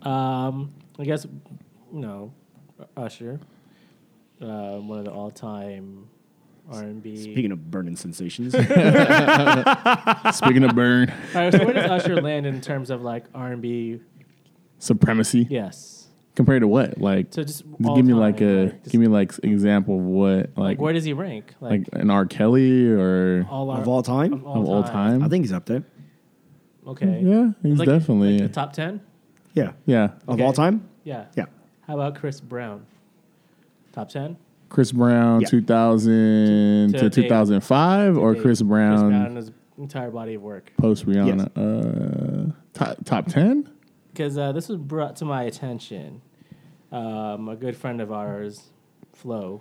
S2: Um, I guess you know, Usher, uh, one of the all-time R and B.
S1: Speaking of burning (laughs) sensations,
S3: Speaking of burn (laughs)
S2: Where does Usher land in terms of like R and B?
S3: supremacy
S2: Yes.
S3: compared to what? Like,
S2: So just
S3: just
S2: all
S3: give me
S2: time,
S3: like a
S2: just,
S3: give me like s- example of what like
S2: like, where does he rank? Like,
S3: like an R. Kelly or
S2: all
S1: of all time,
S3: of all time.
S1: I think he's up there.
S2: Okay.
S3: yeah, he's
S2: Like-
S3: definitely
S2: like the top ten.
S1: Yeah.
S3: yeah.
S1: Of
S2: Okay.
S1: all time?
S2: Yeah.
S1: Yeah.
S2: How about Chris Brown? Top ten.
S3: Chris Brown,
S1: Yeah.
S3: two thousand
S2: To
S3: to
S2: date.
S3: two thousand five, or Chris
S2: Chris Brown
S3: Brown
S2: and his entire body of work.
S3: post Rihanna. Uh, top top ten.
S2: because uh, this was brought to my attention. Um, a good friend of ours, Flo,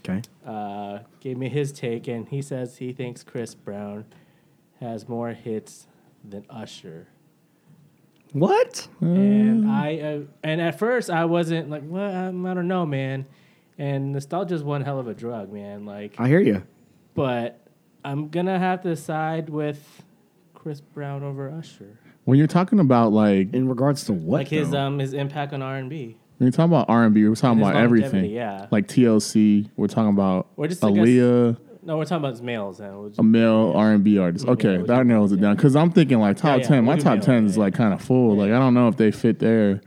S1: Okay.
S2: uh, gave me his take, and he says he thinks Chris Brown has more hits than Usher.
S1: What?
S3: Mm.
S2: And I uh, and at first I wasn't like, well, um, I don't know, man. And nostalgia's one hell of a drug, man. Like,
S1: I hear you.
S2: but I'm gonna have to side with Chris Brown over Usher.
S3: When you're talking about like
S1: In regards to what?
S2: Like his
S1: though?
S2: um his impact on R and B.
S3: When you're talking about R and B, we're talking
S2: And his
S3: about everything.
S2: longevity, yeah.
S3: Like TLC, we're talking about
S2: Or just like a s-
S3: Aaliyah,
S2: No, we're talking about his males now. We'll just-
S3: a male R and B
S2: Mm-hmm.
S3: artist. Okay,
S2: we'll
S3: that narrows it down. Because I'm thinking like top
S2: Yeah, yeah,
S3: ten. My
S2: we'll do
S3: top
S2: male,
S3: ten is
S2: yeah,
S3: like kind of full. Like I don't know if they fit there.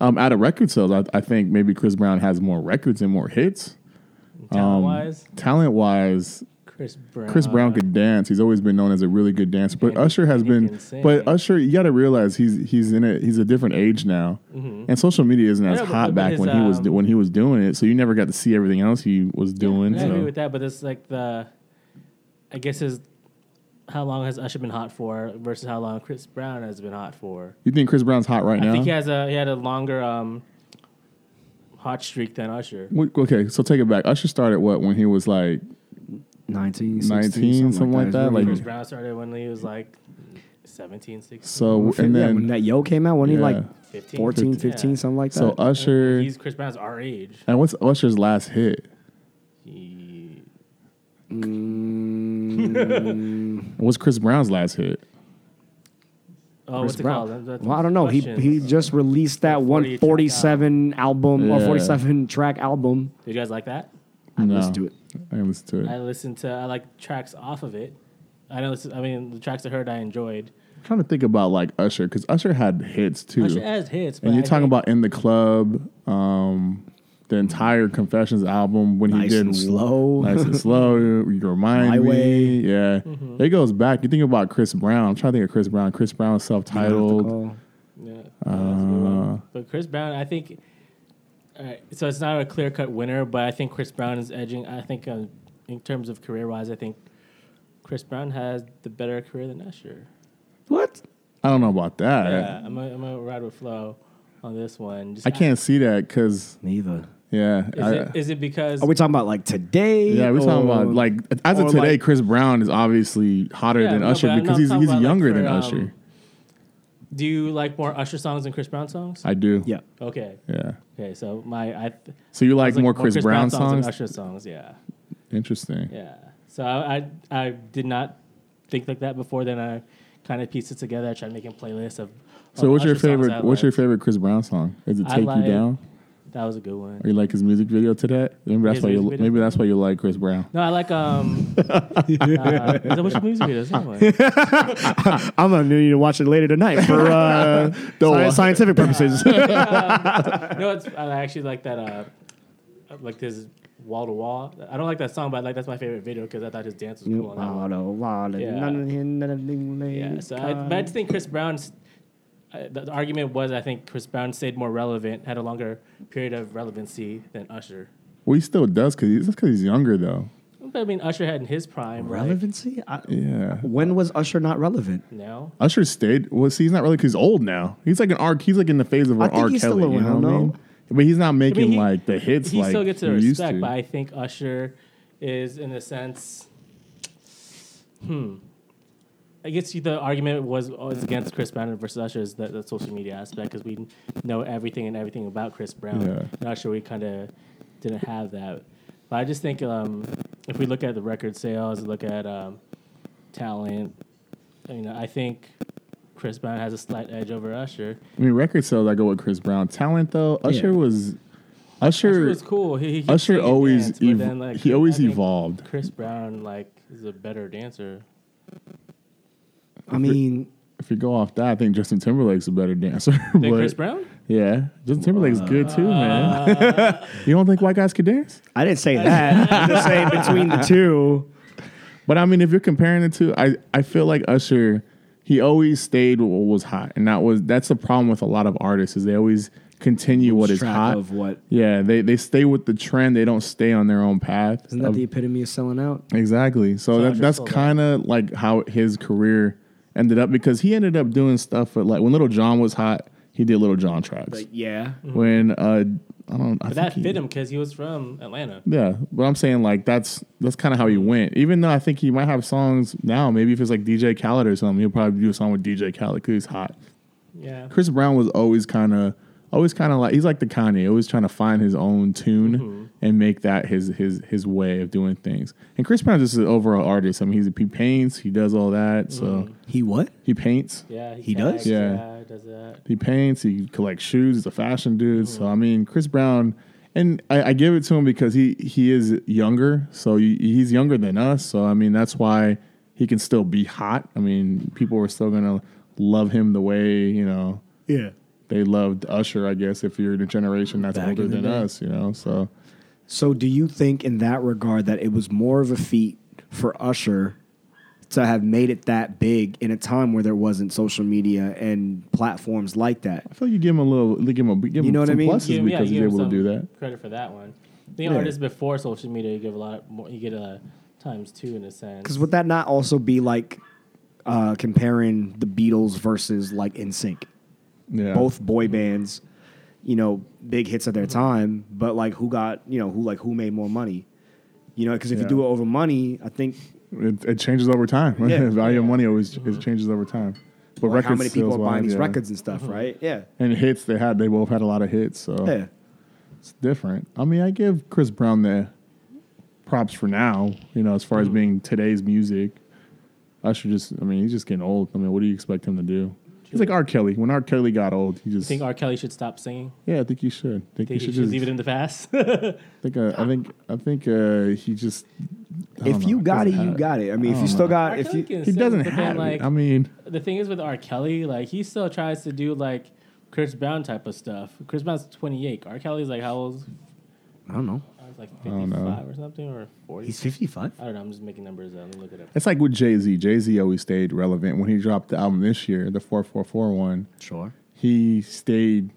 S3: Um, out of record sales, I, I think maybe Chris Brown has more records and more hits.
S2: Talent wise,
S3: Talent wise,
S2: Chris Brown.
S3: Um, Chris Brown could dance. He's always been known as a really good dancer. But
S2: And-
S3: Usher has
S2: and Uh, he
S3: been.
S2: can sing.
S3: But Usher, you got to realize he's he's in a he's a different age now, and social media isn't as
S2: know, Mm-hmm. but-
S3: hot
S2: but
S3: back
S2: his,
S3: when he was
S2: um,
S3: do- when he was doing it. So you never got to see everything else he was doing.
S2: I
S3: so.
S2: agree with that, but it's like the, I guess is, how long has Usher been hot for versus how long Chris Brown has been hot for?
S3: You think Chris Brown's hot right
S2: I
S3: now?
S2: think he has a he had a longer um, hot streak than Usher.
S3: Wh- Okay, so take it back. Usher started what when he was like
S1: 19,
S3: 19, something like that, like-
S2: Chris Brown started when he was like 17, 16,
S3: so, and
S1: yeah, when
S3: then
S1: that yo came out, wasn't he
S3: Yeah.
S1: like
S2: 15.
S1: 14, 15,
S2: Yeah.
S1: something like (laughs) that?
S3: so Usher.
S2: He's Chris Brown's our age.
S3: and what's Usher's last hit?
S2: He,
S1: Mm,
S3: What's Chris Brown's last hit?
S1: Chris
S2: Oh, what's it
S1: Brown.
S2: called? That- that's
S1: well, I don't know. He
S2: questions.
S1: he just released that
S2: 48
S1: 147 album or
S3: Yeah.
S1: 47 track album. Oh.
S2: Did you guys like that?
S3: No.
S1: Let's do it.
S3: I can listen to it.
S2: I listened to I like tracks off of it. I know. I mean, the tracks I heard I enjoyed.
S3: I'm trying to think about like Usher because Usher had hits too.
S2: Usher has hits, but
S3: and you're
S2: I
S3: talking
S2: think-
S3: about in the club, um, the entire Confessions album when
S1: Nice
S3: he did
S1: and slow.
S3: nice and
S2: (laughs)
S3: slow. You remind
S1: My
S3: me,
S1: Way.
S3: yeah.
S2: Mm-hmm.
S3: It goes back. You think about Chris Brown. I'm trying to think of Chris Brown. Chris Brown self-titled.
S1: Oh.
S2: Yeah, that's a good one. but Chris Brown, I think. All right, so it's not a clear cut winner, but I think Chris Brown is edging. I think uh, in terms of career wise, I think Chris Brown has the better career than Usher.
S1: What?
S3: I don't know about that.
S2: Yeah, I'm gonna I'm gonna ride with Flo on this one. Just- uh,
S3: I can't see that because
S1: Neither.
S3: yeah,
S2: Is,
S3: I-
S2: it, is it because
S1: Are we talking about like today?
S3: yeah. We're talking about
S1: or-
S3: like as
S1: or,
S3: of today,
S1: like-
S3: Chris Brown is obviously hotter
S2: Yeah,
S3: than
S2: no, but
S3: Usher
S2: I'm
S3: because
S2: not
S3: he's
S2: talking
S3: he's
S2: about, like,
S3: younger
S2: for,
S3: than
S2: um,
S3: Usher.
S2: do you like more Usher songs than Chris Brown songs?
S3: I do.
S1: Yeah.
S2: okay,
S3: Yeah.
S2: okay. So my I, th-
S3: So you
S2: I
S3: like,
S2: was like,
S3: more Chris, Brown, songs?
S2: than Usher songs? Yeah,
S3: Interesting.
S2: yeah. So I I, I did not think like that before. Then I kind of pieced it together. I tried making playlists of.
S3: So
S2: of
S3: what's your
S2: Usher songs
S3: favorite?
S2: I
S3: What's your
S2: liked.
S3: favorite Chris Brown song? Is it
S2: I
S3: "Take
S2: like-
S3: You Down"?
S2: That was a good one.
S3: Or you like his music video to that? Maybe that's
S2: His
S3: why you.
S2: music video?
S3: Maybe that's why you like Chris Brown.
S2: No, I like
S3: (laughs)
S2: um. uh, is that what music video? Anyway.
S1: I'm gonna need to watch it later (laughs) tonight for uh, sci-
S3: watch it.
S1: (laughs) scientific purposes.
S2: No, it's I actually like that. Uh, like this wall to wall. I don't like that song, but I like that's my favorite video because I thought his dance was cool. on that one. Yeah. Yeah, so I, but I just think Chris Brown's uh, the, the argument was I think Chris Brown stayed more relevant, had a longer period of relevancy than Usher.
S3: Well, he still does because he's because he's younger though.
S2: But I mean, Usher had in his prime right
S1: Relevancy? I-
S3: Yeah.
S1: when was Usher not relevant?
S2: now.
S3: Usher stayed. Well, see, he's not really because he's old now. He's like an R. He's like in the phase of an
S1: I think
S3: R.
S1: he's
S3: Kelly.
S1: still
S3: you know
S1: around,
S3: what I mean? But he's not making
S2: he-
S3: like the hits.
S2: He
S3: like
S2: still gets the
S3: he used
S2: respect,
S3: to.
S2: but I think Usher is in a sense. Hmm. I guess you- the argument was always against Chris Brown versus Usher is that the social media aspect because we know everything and everything about Chris Brown.
S3: Yeah.
S2: And Usher, we kind of didn't have that. But I just think um, if we look at the record sales, look at um, talent, you know, I think Chris Brown has a slight edge over Usher.
S3: I mean, record sales. I go with Chris Brown. Talent though, Usher
S1: Yeah.
S3: was. Usher.
S2: Usher was cool. He, he could sing
S3: Usher
S2: and
S3: always
S2: dance, but
S3: ev-
S2: then, like,
S3: he always
S2: I think-
S3: evolved.
S2: Chris Brown like is a better dancer.
S1: I mean,
S3: If you go off that, I think Justin Timberlake's a better dancer. (laughs) but-
S2: Than Chris Brown?
S3: Yeah, Justin Timberlake's good too, man. (laughs) you don't think white guys could dance?
S1: I didn't say
S2: (laughs)
S1: that. I'm just saying between the two.
S3: But I mean, if you're comparing the two, I, I feel like Usher, he always stayed what was hot, and that was that's the problem with a lot of artists is they always continue what is
S1: track
S3: hot.
S1: of what?
S3: Yeah, they they stay with the trend. They don't stay on their own path.
S1: Isn't that
S3: of-
S1: the epitome of selling out?
S3: Exactly. So, that,
S2: Usher
S3: that's
S2: sold out.
S3: kind of like how his career ended up because he ended up doing stuff with like when Little John was hot, he did Little John tracks.
S1: yeah.
S3: when uh, I don't, I
S2: But that
S3: think he-
S2: fit him because he was from Atlanta.
S3: Yeah, but I'm saying like that's that's kind of how he went. Even though I think he might have songs now, maybe if it's like DJ Khaled or something, he'll probably do a song with DJ Khaled because he's hot.
S2: Yeah.
S3: Chris Brown was always kind of always kind of like he's like the Kanye, always trying to find his own tune
S2: Mm-hmm.
S3: and make that his his his way of doing things. And Chris Brown is just an overall artist. I mean, he's, he paints, he does all that. So
S2: Mm-hmm.
S1: He what?
S3: he paints,
S2: Yeah.
S1: He does?
S2: tags,
S3: Yeah.
S2: Yeah. he Does that?
S3: he paints, he collects shoes, he's a fashion dude. So I mean, Chris Brown, and I, I give it to him because he he is younger, so he, he's younger than us. So I mean, that's why he can still be hot. I mean, people are still gonna love him the way you know
S1: Yeah.
S3: they loved Usher. I guess if you're the generation that's
S1: Back
S3: older
S1: in the
S3: than
S1: day.
S3: us, you know. So
S1: So do you think in that regard that it was more of a feat for Usher to have made it that big in a time where there wasn't social media and platforms like that?
S3: I feel like you give him a little, give him a, give him
S1: You know what I
S3: some
S1: mean?
S3: pluses
S2: Give him- yeah,
S3: because
S2: give
S3: he's
S2: him
S3: able to
S2: some
S3: do that.
S2: Credit for that one. The
S1: Yeah.
S2: artists before social media, you give a lot more. You get a times two in a sense.
S1: Because would that not also be like uh, comparing the Beatles versus like NSYNC?
S3: Yeah,
S1: Both boy bands, you know, big hits at their time, but like who got, you know, who like who made more money? You know, because if
S3: Yeah.
S1: you do it over money, I think
S3: It, it changes over time. (laughs)
S1: Yeah.
S3: Value of money always it changes over time. But
S1: like how
S3: record
S1: many people are
S3: sales-wise,
S1: buying these
S3: yeah. Uh-huh.
S1: records and stuff, right? Yeah.
S3: and hits they had. They both had a lot of hits, so
S1: Yeah.
S3: it's different. I mean, I give Chris Brown the props for now. You know, as far
S2: Mm-hmm.
S3: as being today's music, Usher just. I mean, he's just getting old. I mean, what do you expect him to do? He's like R. Kelly. When R. Kelly got old, he just
S2: think R. Kelly should stop singing?
S3: yeah. I think you should. I think,
S2: Think
S3: you
S2: he
S3: should
S2: should
S3: just
S2: leave it in the (laughs) past?
S3: think. Uh, I think. I think uh, he just. I don't
S1: If you
S3: know.
S1: got it,
S3: Doesn't
S1: you
S3: have
S1: got it. I mean, if
S3: I
S1: you
S3: don't
S1: still
S3: know.
S1: got,
S2: R.
S1: if
S2: (laughs) Kelly
S1: you,
S2: can
S3: He
S2: sing,
S3: doesn't
S2: but then,
S3: have.
S2: like,
S3: it. I mean,
S2: the thing is with R. Kelly, like he still tries to do like Chris Brown type of stuff. Chris Brown's 28. R. Kelly's like how old?
S1: I don't know.
S2: I was like
S3: don't know.
S2: 55 or something or 40.
S1: He's 55.
S2: I don't know. I'm just making numbers up. Let me look it up.
S3: it's like with Jay Z. Jay Z always stayed relevant. When he dropped the album this year, the four four four one,
S1: Sure.
S3: he stayed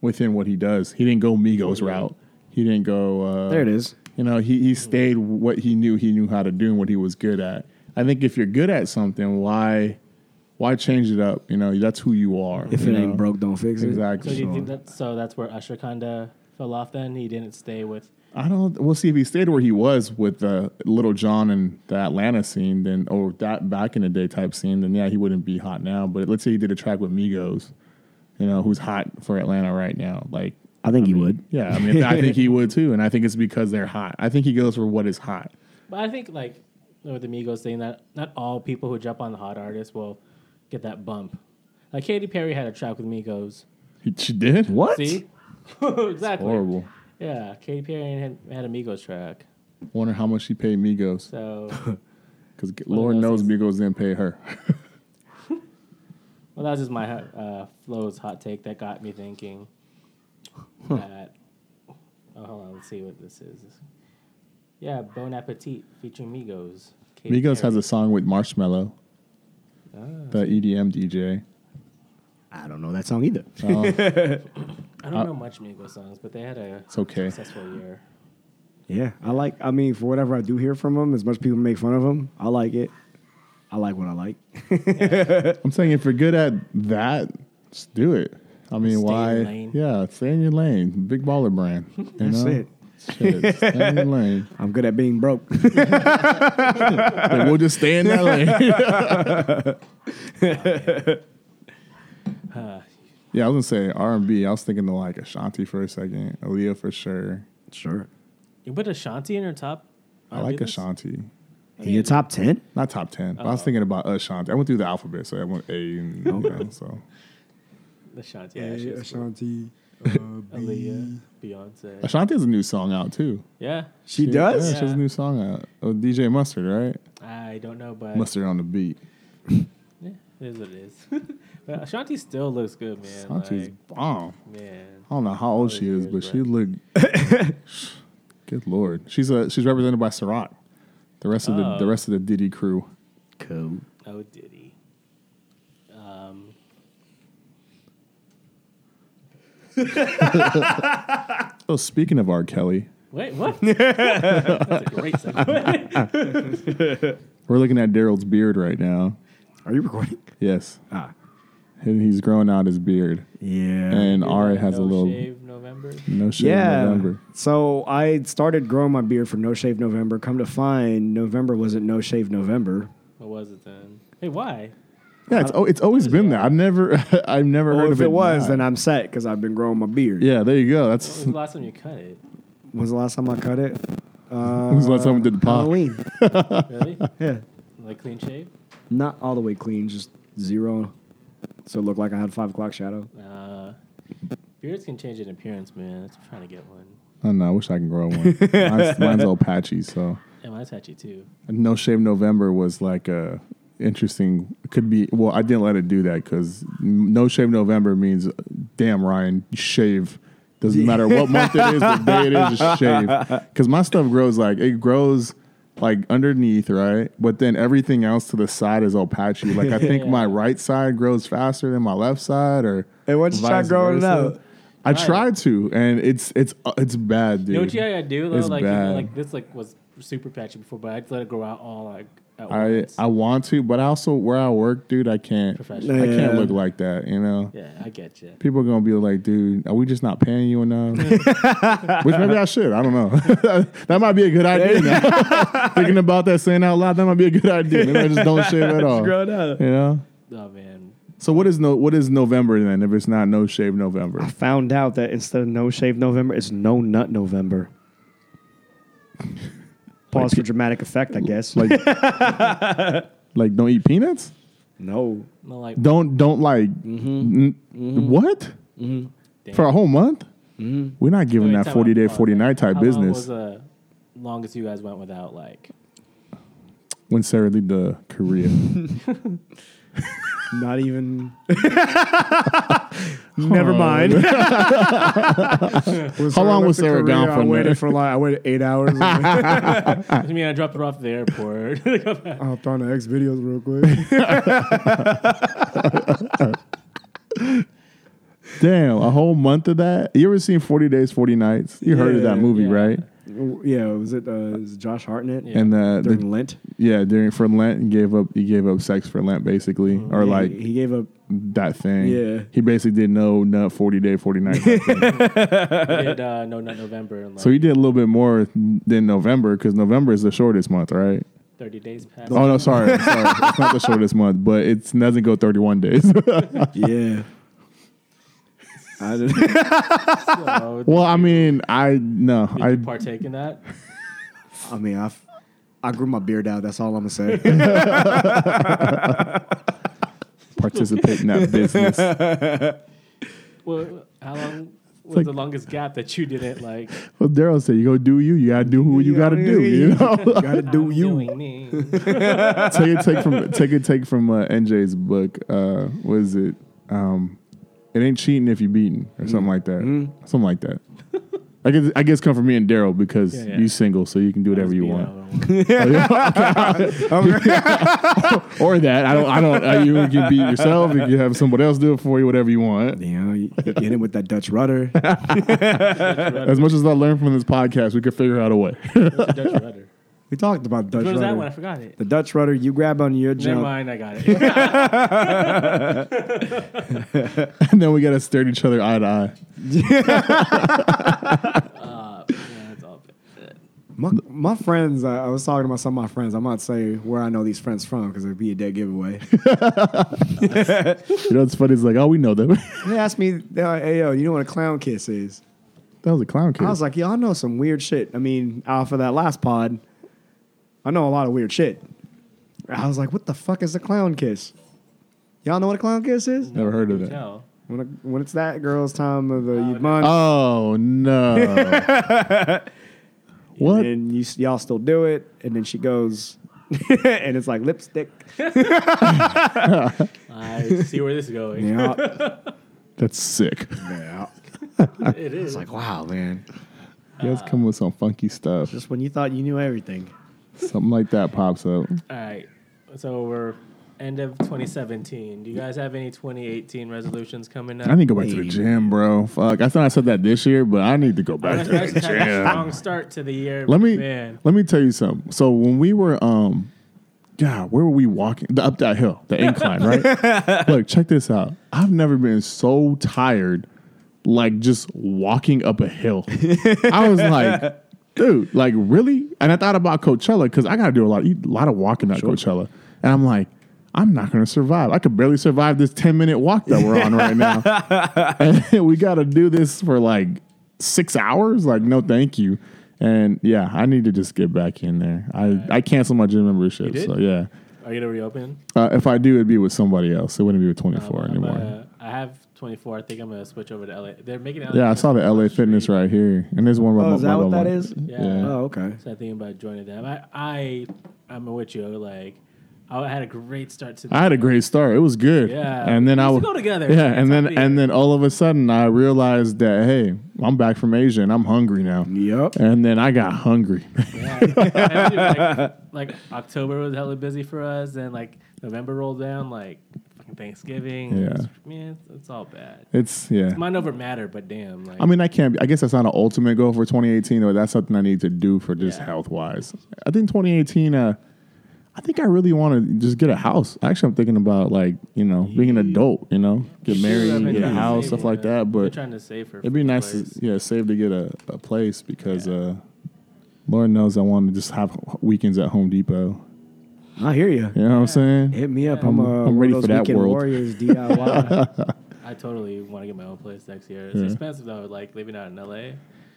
S3: within what he does. He didn't go Migos route. He didn't go. Uh,
S1: There it is.
S3: You know, he, he stayed what he knew he knew how to do and what he was good at. I think if you're good at something, why why change it up? You know, that's who you are.
S1: If
S3: you
S1: it ain't
S3: know?
S1: broke, don't fix it.
S2: So
S3: Exactly.
S2: do you think that? So that's where Usher kinda fell off. Then he didn't stay with.
S3: I don't. We'll see if he stayed where he was with uh, Little John and the Atlanta scene, then or that back in the day type scene. Then yeah, he wouldn't be hot now. But let's say he did a track with Migos, you know, who's hot for Atlanta right now. Like,
S1: I think he would.
S3: yeah, I mean,
S2: (laughs)
S3: I think he would too, and I think it's because they're hot. I think he goes for what is hot.
S2: But I think like with the Migos saying that not all people who jump on the hot artists will get that bump. Like Katy Perry had a track with Migos.
S3: He, she did
S1: What?
S2: See, (laughs) exactly.
S3: Horrible.
S2: Yeah, Katy Perry had, had a Migos track.
S3: Wonder how much she paid Migos
S2: So,
S3: because Lord
S2: those
S3: knows
S2: things.
S3: Migos didn't pay her.
S2: well, that was just my uh, Flo's hot take that got me
S3: (laughs)
S2: thinking that. Oh, hold on, let's see what this is. Yeah, Bon Appetit featuring Migos. Katy
S3: Migos has
S2: Perry.
S3: a song with Marshmello,
S2: Ah.
S3: the E EDM DJ.
S1: I don't know that song either.
S2: I don't know much Migos songs, but they had a
S3: It's okay.
S2: successful year.
S1: Yeah, I like. I mean, for whatever I do hear from him, as much people make fun of him, I like it. I like what I like.
S3: I'm saying if you're good at that, just do it. I mean,
S2: Stay in
S3: why?
S2: your lane.
S3: Yeah, stay in your lane. Big
S2: (laughs)
S3: baller brand. You
S1: That's
S3: know?
S1: it.
S3: Shit, stay in your lane.
S1: I'm good at being (laughs) broke.
S3: Like, we'll just stay in that lane. yeah, I was gonna say R and B. I was thinking of like Ashanti for a second, Aaliyah for sure.
S1: sure.
S2: You put Ashanti in your top.
S3: I like
S2: list?
S3: Ashanti.
S1: In your top ten?
S3: Not top ten. But I was thinking about Ashanti. I went through the alphabet, so I went A and you know, so
S2: Ashanti, yeah, she's (laughs)
S1: Ashanti.
S2: cool. Aaliyah, Beyonce.
S3: Ashanti has a new song out too.
S2: Yeah,
S1: She
S3: Yeah,
S1: does.
S3: she has a new song out. Oh, DJ Mustard, right?
S2: I don't know, but
S3: Mustard on the beat.
S2: yeah, it is what it is. (laughs) but Ashanti still looks good, man.
S3: Ashanti's bomb.
S2: like, man.
S3: I don't know how old
S2: Oh,
S3: she is,
S2: yeah,
S3: but she
S2: right.
S3: looked. (laughs) good lord, she's a she's represented by Ciroc. The rest of the the
S2: Oh.
S3: rest of the Diddy crew.
S1: Cool.
S2: Oh, Diddy. Um,
S3: Oh, speaking of R. Kelly,
S2: wait,
S3: (laughs)
S2: what? That's a great segue.
S3: we're looking at Daryl's beard right now.
S1: Are you recording?
S3: Yes,
S1: Ah.
S3: and he's growing out his beard,
S1: Yeah.
S3: and Ari has
S2: no
S3: a little
S2: Shave November.
S3: no shave
S1: yeah.
S3: November.
S1: So I started growing my beard for No Shave November. Come to find, November wasn't No Shave November.
S2: What was it then? Hey, why?
S3: Yeah, it's, oh, it's always been that. I've never (laughs) I've never
S1: Well,
S3: heard
S1: if
S3: of it.
S1: it was,
S3: not.
S1: then I'm set because I've been growing my beard.
S3: yeah, there you go.
S2: When was
S3: That's (laughs)
S2: the last time you cut it?
S1: When's the last time I cut it? Uh,
S3: When's the last time we did the pod?
S1: Halloween.
S3: (laughs)
S2: Really?
S1: yeah.
S2: like clean shave?
S1: Not all the way clean, just zero. So it looked like I had five o'clock shadow.
S2: Uh, beards can change in appearance, man. That's- I'm trying to get one.
S3: I don't know. Oh, I wish I can grow one. mine's, mine's all patchy, so.
S2: And mine's patchy too.
S3: No Shave November was like a interesting. Could be well. I didn't let it do that because No Shave November means damn Ryan shave. Doesn't matter what month it is, what day it is, just
S1: (laughs)
S3: shave. Because my stuff grows like it grows like underneath, right? But then everything else to the side is all patchy. Like I think my right side grows faster than my left side, or
S1: And once you try
S3: vice
S1: growing it
S3: versa.
S1: out-
S3: I tried to, and it's it's uh, it's bad, dude.
S2: You know what you gotta do though?
S3: It's
S2: Like, you know,
S3: bad.
S2: like this like was super patchy before, but I just let it grow out all like at
S3: I
S2: once.
S3: I want to, but I also where I work, dude, I can't.
S2: Professional.
S3: I can't
S1: Yeah.
S3: look like that, you know.
S2: yeah, I get you.
S3: People are gonna be like, dude, are we just not paying
S2: (laughs)
S3: you enough? Which maybe I should. I don't know. (laughs) that might be a good idea. Now.
S2: (laughs)
S3: Thinking about that, saying out loud, that might be a good idea. Maybe I just don't shave at all. You
S1: up.
S3: know.
S2: Oh man,
S3: So what is no? What is November then? If it's not no shave November,
S1: Found out that instead of No Shave November, it's No Nut
S3: (laughs)
S1: November. Pause for dramatic effect, I guess.
S2: (laughs)
S3: like like don't eat peanuts.
S1: No.
S2: I'm like,
S3: Don't don't like n- what for a whole month. We're not giving
S2: wait,
S3: that
S2: time
S3: forty
S2: out.
S3: day,
S2: Hold on.
S3: forty night type
S2: How Long was
S3: business.
S2: the longest you guys went without like?
S3: When Sarah leave the Korea,
S1: Not even. (laughs) Never
S3: (laughs)
S1: mind. How
S3: long was Sarah gone for
S1: I waited
S3: that?
S1: for like I waited eight hours. I
S3: Ah.
S2: I mean, I dropped her off at the airport. (laughs)
S1: hopped on the X videos real
S3: (laughs)
S1: quick.
S3: (laughs) damn, a whole month of that. You ever seen Forty Days, Forty Nights? You heard of that
S1: Yeah,
S3: movie,
S2: yeah.
S3: right?
S1: yeah, was it, uh, was it Josh Hartnett?
S2: Yeah.
S3: And the,
S1: During
S3: the
S1: Lent,
S3: yeah during for Lent, he gave up. He gave up sex for Lent, basically, or
S1: He-
S3: like
S1: he gave
S3: (laughs)
S1: up.
S3: that thing.
S1: Oh, Yeah.
S3: he basically did no nut Forty Day, Forty
S1: (laughs)
S3: Night. type thing.
S2: I
S3: (laughs)
S2: did uh, no, not November. And, like,
S3: So he did a little bit more than November because November is the shortest month, right?
S2: thirty days passed.
S3: Oh no, sorry, sorry. it's not the (laughs) shortest month, but it doesn't go 31 days. (laughs)
S1: Yeah. I did
S3: (laughs)
S2: So,
S3: well, I mean, I no,
S2: did
S3: I
S2: you partake in that?
S1: I mean, I've, I grew my beard out. That's all I'm gonna say.
S3: (laughs) participate in (laughs) that business.
S2: Well, how long was
S3: like-
S2: the longest gap that you didn't
S3: (laughs)
S2: like?
S3: Well, Daryl said, "You go do you. You gotta do who you gotta do. You know." (laughs)
S1: Gotta do
S2: I'm
S1: you.
S2: doing me.
S3: take a take from take a take from uh, NJ's book. Uh, what is it? Um, it ain't cheating if you beaten or something like that. Something like that. I guess I guess come from me and Daryl because
S2: Yeah, yeah.
S3: you single, so you can do (laughs) whatever you want.
S2: (laughs) want.
S1: Oh, (laughs)
S3: (laughs) or that. I don't. I don't. Uh, you can beat yourself. You can have somebody else do it for you. Whatever you want.
S1: You know, you, you get it with that Dutch rudder.
S3: As much as I learned from this podcast, we could figure out a way. (laughs)
S2: Dutch rudder.
S1: We talked about Dutch
S2: What was
S1: rudder.
S2: that one? I forgot it.
S1: The Dutch rudder. You grab on your
S2: Never
S1: jump.
S2: mind, I got
S3: (laughs)
S2: it.
S3: and then we gotta stare at each other eye to eye.
S2: Uh, yeah, it's all good.
S1: My, my friends. I, I was talking about some of my friends. I might say where I know these friends from because it'd be a dead giveaway. (laughs)
S3: You know what's funny? It's like, oh, we know them.
S1: they asked me, they're like, "Hey yo, you know what a clown kiss is?"
S3: (laughs) that was a clown kid.
S1: I was like, "Yo, I know some weird shit." I mean, off of that last pod, I know a lot of weird shit. I was like, "What the fuck is a clown kiss?" Y'all know what a clown kiss is?
S3: Never heard of
S2: You
S3: that.
S2: know.
S1: When, when it's that girl's time of the month,
S3: Oh
S1: (laughs)
S3: no. what?
S1: and you, s- y'all still do it, and then she goes, (laughs) and it's like lipstick.
S2: I see where this is going.
S1: (laughs) Yeah,
S3: That's sick.
S1: yeah.
S2: (laughs) It is.
S1: It's like, wow, man.
S3: You guys come with some funky stuff.
S1: Just when you thought you knew everything.
S3: Something like that pops up.
S2: all right. So we're end of 2017. Do you guys have any 2018 resolutions coming up?
S3: I need to go back to the gym, bro. Fuck. I thought I said that this year, but I need to go
S2: You
S3: back
S2: guys
S3: to (laughs) the
S2: had
S1: (laughs)
S2: a
S3: gym.
S2: strong start to the year.
S3: Let me
S2: Man.
S3: let me tell you something. So when we were um God, where were we walking? The, up that hill, the incline, right? Look, check this out. I've never been so tired like just walking up a hill. I
S2: (laughs)
S3: was like, dude, like really? And I thought about Coachella because I gotta do a lot, a lot of walking at Coachella. And I'm like, I'm not gonna survive. I could barely survive this 10 minute walk that we're on
S2: (laughs)
S3: right now. and we gotta do this for like six hours. Like, no, thank you. And yeah, I need to just get back in there. I, I canceled my gym membership.
S2: You did?
S3: So yeah.
S2: Are you going to reopen?
S3: Uh, if I do, it'd be with somebody else. It wouldn't be with 24
S2: I'm,
S3: anymore.
S2: uh, I have 24. I think I'm going to switch over to LA. They're making LA.
S3: yeah, I saw the LA Fitness right here, and there's one. right
S1: Oh,
S3: by
S1: is that
S3: my
S1: what that
S3: lawn.
S1: is?
S2: Yeah.
S1: Oh, okay.
S2: So I'm thinking about joining them. I, I, I'm with you. Like, I had a great start to the
S3: I had a great start. It was good.
S2: Yeah.
S3: and then
S2: We
S3: I
S2: used
S3: was
S2: to go together.
S3: Yeah, and
S2: Top of
S3: then
S2: the
S3: and then all of a sudden I realized that hey, I'm back from Asia and I'm hungry now.
S1: Yep.
S3: And then I got hungry. (laughs)
S2: Yeah. And we were, like, like October was hella busy for us, and like November rolled down, like fucking Thanksgiving.
S3: Yeah.
S2: It's- man, it's all bad.
S3: It's yeah.
S2: Mine over matter, but damn, like
S3: I mean, I can't. be- I guess that's not an ultimate goal for 2018, though. That's something I need to do for just
S2: Yeah.
S3: health wise. I think 2018. Uh, I think I really want to just get a house. Actually, I'm thinking about like you know being an adult. You know, get
S2: I've
S3: married,
S2: been
S3: get a
S2: trying to
S3: house,
S2: save
S3: stuff
S2: for
S3: like that.
S2: I've been
S3: But
S2: trying to save for
S3: It'd be nice to
S2: place.
S3: yeah, save to get a, a place because uh Lord knows I want to just have weekends at Home Depot.
S1: I hear you.
S3: You know what I'm saying?
S1: Hit me up. I'm, uh,
S3: I'm ready
S1: one of
S3: for
S1: those
S3: that
S1: weekend
S3: world. (laughs)
S1: Warriors DIY.
S2: I totally want to get my own place next year. It's
S3: Yeah.
S2: expensive though, like living out in LA. Yeah,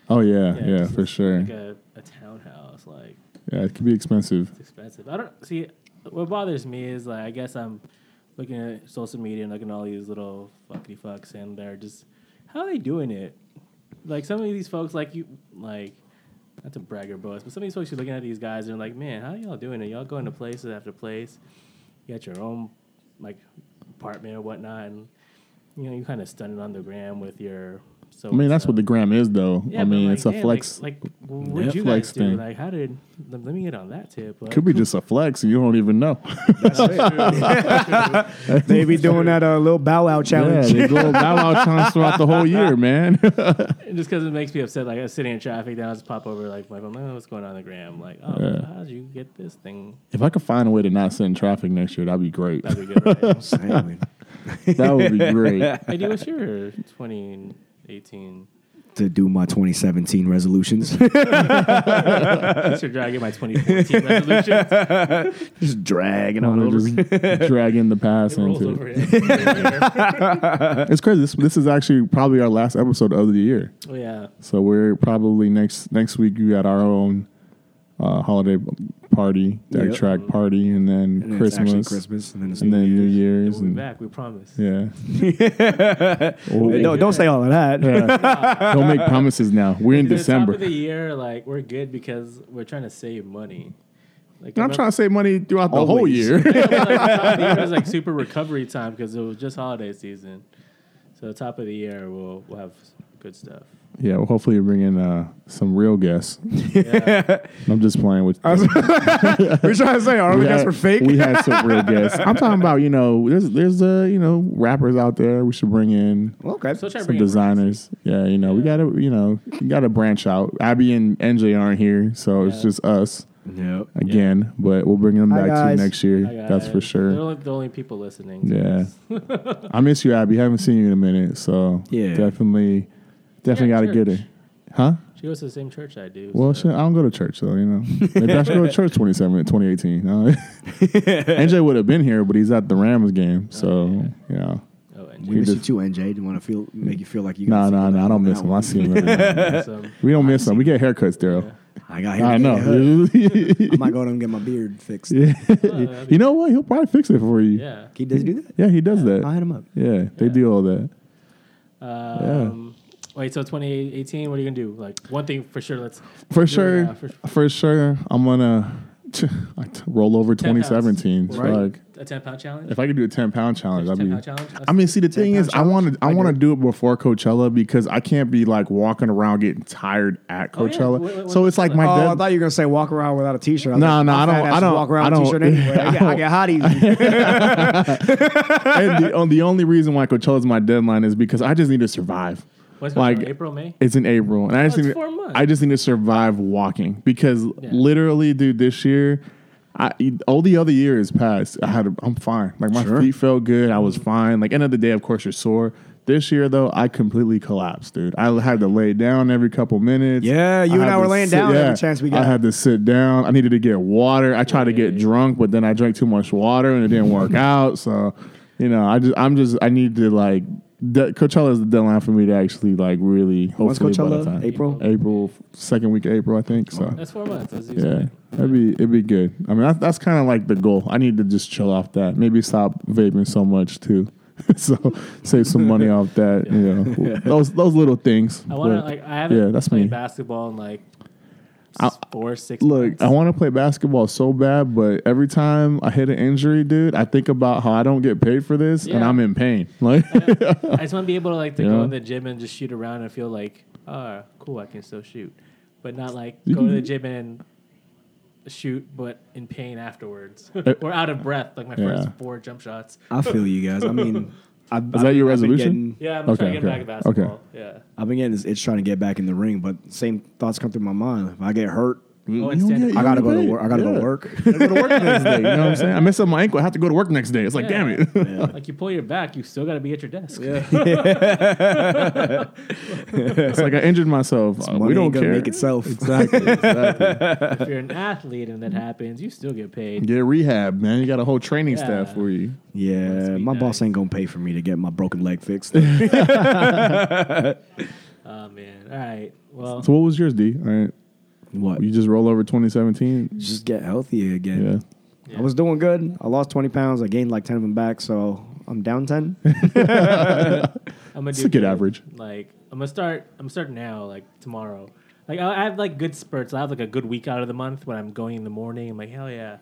S3: Oh yeah, yeah,
S2: just
S3: for sure.
S2: Like a, a townhouse, like
S3: yeah, it could be expensive.
S2: it's expensive. I don't see what bothers me is like I guess I'm looking at social media and looking at all these little fuckity fucks, and they're just how are they doing it? Like some of these folks, like you, like not to brag or boast, but some of these folks you're looking at these guys and like, man, how y'all doing it? Y'all going to places after place. You got your own like apartment or whatnot, and you know you kind of stunning on the gram with your. So
S3: I mean, that's what the gram is, though.
S2: yeah,
S3: I
S2: but,
S3: mean,
S2: like,
S3: it's a
S2: damn,
S3: flex.
S2: Like, like what you
S3: Netflix
S2: guys do?
S3: thing.
S2: Like, how did? Let, let me get on that tip. Like,
S3: could be just a flex, and you don't
S2: (laughs)
S3: even know.
S1: they be doing that uh, little bow wow
S3: yeah,
S1: challenge.
S3: they go bow wow chunks throughout the
S2: (laughs)
S3: whole year, man. (laughs)
S2: just because it makes me upset. Like, I'm sitting in traffic, then I just pop over. Like, my phone, like, oh, what's going on, on the gram? Like, oh, how'd you get this thing?
S3: if I could find a way to not sit in traffic next year, that'd be great.
S2: That'd be good.
S1: (laughs)
S2: Right?
S3: (laughs)
S1: Damn,
S3: that would be great.
S2: hey, dude, what's your 2018?
S1: to do my 2017
S3: (laughs)
S1: resolutions. (laughs)
S2: What's your drag in my 2014 resolution?
S3: (laughs)
S2: It
S1: Just dragging on
S3: Wanna
S1: over.
S3: just (laughs)
S2: (laughs)
S3: drag in the past
S2: rolls
S3: into it.
S2: over
S3: (laughs)
S2: here.
S3: It's crazy. This, this is actually probably our last episode of the year.
S2: oh, yeah.
S3: So we're probably next next week. We got our own uh, holiday party, deck
S1: Yep.
S3: track party, and then
S1: And then it's actually
S3: Christmas,
S1: Christmas, and then it's
S3: and then New Year's.
S2: We'll be
S3: And, Oh,
S2: back, we promise.
S3: yeah.
S1: Hey,
S3: (laughs) We'll-
S1: don't, don't say all of that. (laughs)
S3: yeah. Don't make promises now. We're in
S2: At The top
S3: December.
S2: of the year, like, we're good because we're trying to save money. Like,
S3: I'm trying to save money throughout the whole
S1: Always.
S3: year. (laughs)
S2: it was like super recovery time because it was just holiday season. So the top of the year, we'll, we'll have good stuff.
S3: yeah. Well, hopefully, you bring in uh, some real guests. (laughs) I'm just playing with.
S1: We're trying to say all of
S3: (laughs) we
S1: us
S3: had-
S1: were fake.
S3: We had some real (laughs) guests. I'm talking about you know, there's there's uh you know rappers out there we should bring in.
S1: okay.
S2: So try to
S3: some
S2: bring in
S3: designers. Yeah, you know, we gotta, you know, we gotta branch out. Abby and NJ aren't here, so it's
S2: Yeah.
S3: just us
S1: Yep.
S3: again. But we'll bring them
S1: Hi,
S3: back
S1: guys.
S3: to you next year.
S2: I got
S3: That's for
S2: it. They're
S3: sure.
S2: only, the only people listening. to
S3: Yeah,
S2: this. (laughs)
S3: I miss you, Abby. Haven't seen you in a minute, so
S1: Yeah.
S3: definitely, definitely
S2: Yeah,
S3: gotta get
S2: church.
S3: her. Huh?
S2: She goes to the same church I do.
S3: Well,
S2: so-
S3: shit, I don't go to church, so
S1: (laughs)
S3: you know, maybe I should go to church 27, 2018. No. (laughs) NJ would have been here, but he's at the Rams game, so you know.
S2: Oh, and
S3: We
S1: We miss
S3: just-
S1: you too, NJ. Do you want to feel make you feel like you? got
S3: No, no,
S1: singled
S3: no! I
S1: out
S3: don't
S1: on
S3: miss
S1: that
S3: him. I
S1: one.
S3: see
S1: (laughs)
S3: him. every now and
S2: Jimmy,
S3: then. (laughs)
S2: some-
S3: We don't miss him. We get haircuts, Daryl.
S1: I got.
S3: I
S1: (laughs)
S3: know. (laughs)
S1: I might go down and get my beard fixed.
S3: you know what? He'll probably fix it for you. Yeah,
S2: yeah.
S1: He does do that.
S3: he does
S1: I'll
S3: that.
S1: hit him up.
S3: Yeah, they do all that.
S2: Um, Wait, so 2018, what are you gonna do? Like one thing for sure. Let's
S3: For
S2: do it
S3: sure.
S2: now,
S3: for, sure. I'm gonna roll over 2017.
S2: pounds.
S3: Right. Like,
S2: a 10 pound challenge.
S3: if I could do a 10 pound challenge,
S2: There's
S3: I'd
S2: a 10
S3: be.
S2: pound challenge.
S3: I mean, see, the thing
S1: pound
S3: is, I want to, I
S1: I
S3: want to
S1: do.
S3: do it before Coachella because I can't be like walking around getting tired at
S2: Oh, yeah. Wh-
S3: Coachella.
S2: wh-
S3: so it's like my
S1: Oh, I
S3: dead,
S1: thought you were gonna say walk around without a t-shirt. I was
S3: No,
S1: like,
S3: no,
S1: my fat
S3: I don't-
S1: ass
S3: I
S1: can
S3: don't-
S1: walk around
S3: I
S1: with a
S3: don't-
S1: t-shirt anyway. I, get, I
S3: (laughs)
S1: get hot easy.
S3: and the, on the only reason why Coachella's my deadline is because I just need to survive.
S2: What's going
S3: like
S2: on? April, May.
S3: It's in April, and I just
S2: Oh, it's
S3: need
S2: four months.
S3: I just need to survive walking because literally, dude, this year, I all the other years passed. I had a, I'm fine. Like my
S1: Sure.
S3: feet felt good. I was fine. Like end of the day, of course, you're sore. This year though, I completely collapsed, dude. I had to lay down every couple minutes.
S1: Yeah, you and
S3: had
S1: I were
S3: to
S1: laying down every chance we got.
S3: I had to sit down. I needed to get water. I tried to get drunk, but then I drank too much water and it
S2: (laughs)
S3: didn't work out. So, you know, I just I'm just I need to like de- Coachella is the deadline for me to actually like really
S1: When's
S3: hopefully by the
S1: Coachella?
S3: time
S1: April?
S3: April second week of April I think so
S2: That's four months. That's
S3: yeah
S2: usually-
S3: that'd be it'd be good I mean that's that's kind of like the goal I need to just chill off that maybe stop vaping so much too (laughs) so save some
S1: (laughs)
S3: money off that you know those those little things
S2: I want to
S3: But-
S2: like I haven't
S3: yeah, that's
S2: played
S3: me.
S2: basketball in like
S3: I-
S2: four six.
S3: Look,
S2: months.
S3: I want to play basketball so bad, but every time I hit an injury, dude, I think about how I don't get paid for this, and
S2: Yeah.
S3: I'm in pain. (laughs) Like,
S2: (laughs) I just want to be able to like to
S3: Yeah.
S2: go in the gym and just shoot around and feel like, ah, cool, I can still shoot, but not like go to the gym and shoot, but in pain afterwards (laughs) or out of breath, like my first
S3: Uh, Yeah.
S2: four jump shots.
S1: I feel you guys. I mean, I've,
S3: Is that your resolution?
S2: Yeah, I'm trying to
S3: Okay,
S2: get back
S3: okay,
S2: at basketball. Yeah.
S1: I've been getting this itch trying to get back in the ring, but same thoughts come through my mind. If I get hurt,
S2: Oh, and stand
S1: I
S2: up.
S1: gotta go to work. I gotta
S3: Yeah.
S1: go
S3: (laughs)
S1: work.
S3: I gotta go to work next day. You know what I'm saying? I mess up my ankle. I have to go to work next day. It's like,
S2: Yeah.
S3: damn
S2: (laughs)
S3: it.
S2: Like you pull your back, you still got to be at your desk.
S3: it's like I injured myself. Uh,
S1: Money
S3: we don't
S1: ain't gonna
S3: care.
S1: Make itself.
S3: Exactly. exactly.
S2: if you're an athlete and that happens, you still get paid.
S3: Get rehab, man. You got a whole training
S2: Yeah.
S3: staff for you.
S1: (laughs) Yeah,
S2: be
S1: my boss
S2: nice.
S1: ain't gonna pay for me to get my broken leg fixed.
S3: (laughs)
S2: Oh man. All right. Well,
S3: So what was yours, D? All right,
S1: what?
S3: you just roll over 2017.
S1: Just get healthy again.
S3: Yeah.
S5: I was doing good. I lost 20 pounds. I gained like 10 of them back, so I'm
S3: (laughs)
S5: down 10.
S2: I'm gonna
S3: It's
S2: do
S3: a good
S2: good.
S3: average.
S2: Like I'm gonna start. I'm gonna start now. Like tomorrow. Like I I have like good spurts. I have like a good week out of the month when I'm going in the morning. I'm like hell yeah.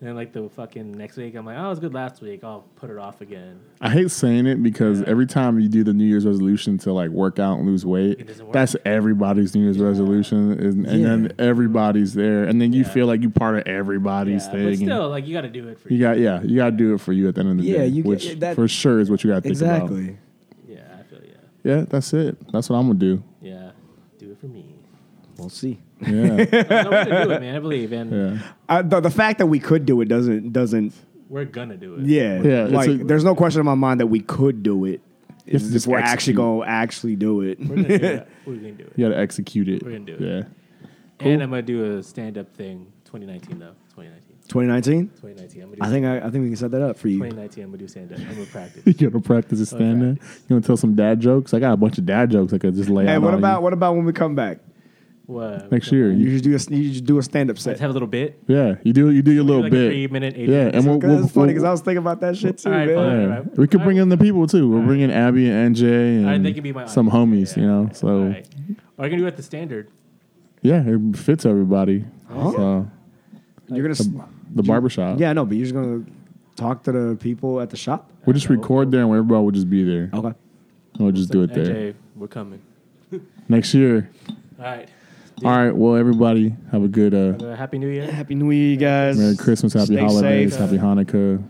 S2: And then like the fucking next week, I'm like oh it was good last week. I'll put it off again.
S3: I hate saying it because every time you do the New Year's resolution to like work out and lose weight,
S2: It doesn't work.
S3: that's everybody's New Year's resolution, and, and then everybody's there, and then you
S2: Yeah.
S3: feel like you're part of everybody's
S2: Yeah,
S3: thing.
S2: but
S3: and
S2: still like you got to do it for
S3: you
S2: you.
S3: got yeah, you got to do it for you at the end of the
S5: Yeah,
S3: day,
S5: you get-
S3: which
S5: that-
S3: for sure is what you got to think about.
S5: exactly.
S2: Yeah, I feel yeah.
S3: Yeah, that's it. That's what I'm gonna do.
S2: Yeah, do it for me.
S5: We'll see.
S2: (laughs)
S3: Yeah,
S2: no, we're gonna do it, man. I believe, and
S3: yeah.
S5: I, the, the fact that we could do it doesn't doesn't
S2: we're gonna do it.
S5: yeah
S3: Yeah, it's
S5: like
S3: a-
S5: there's no question in my mind that we could do it.
S3: have
S5: It's
S3: to
S5: just
S3: just
S5: we're actually
S3: execute.
S5: gonna actually do it.
S2: we're gonna do
S3: (laughs)
S2: it. We're gonna do it.
S3: You got to execute it.
S2: We're gonna do it.
S3: Yeah.
S2: And I'm gonna do a stand-up thing. 2019 though. 2019.
S5: 2019.
S2: 2019. I'm gonna do.
S5: I think I, I think we can set that up for you.
S2: 2019. I'm gonna do stand-up. I'm gonna practice.
S3: (laughs) You gonna practice a stand up? You gonna tell some dad jokes? I got a bunch of dad jokes I could just lay
S5: Hey,
S3: out.
S5: what
S3: on you.
S5: about what about when we come back?
S2: What?
S3: next year?
S5: You
S3: You,
S5: should do a you should do a stand up set.
S2: Let's have a little bit.
S3: yeah, you do you do your little
S2: like
S3: bit.
S2: A three minute, eight
S3: yeah,
S2: minute.
S3: and we'll,
S5: Cause
S3: we'll,
S5: it's funny because
S3: we'll-
S5: I was thinking about that shit too,
S2: All right,
S5: man.
S2: fine.
S3: yeah.
S2: Alright.
S3: we could bring in the people too. We're bringing Abby and NJ
S2: Alright,
S3: and
S2: they can be my
S3: some
S2: audience.
S3: homies, you know.
S2: Yeah,
S3: So
S2: alright. Or I can do it at the standard.
S3: yeah, it fits everybody. So
S5: You're gonna, s-
S3: the barbershop.
S5: yeah, no, but you're just gonna talk to the people at the shop.
S3: we'll just record there and everybody will just be there.
S5: Okay.
S3: We'll just do it there
S2: AJ, we're coming.
S3: next year.
S2: All right.
S3: All right. Well, everybody, have a good uh,
S2: Uh, Happy New Year.
S5: Happy New Year, you guys.
S3: Merry Christmas, Happy
S5: Stay
S3: Holidays,
S5: safe.
S3: Happy Hanukkah.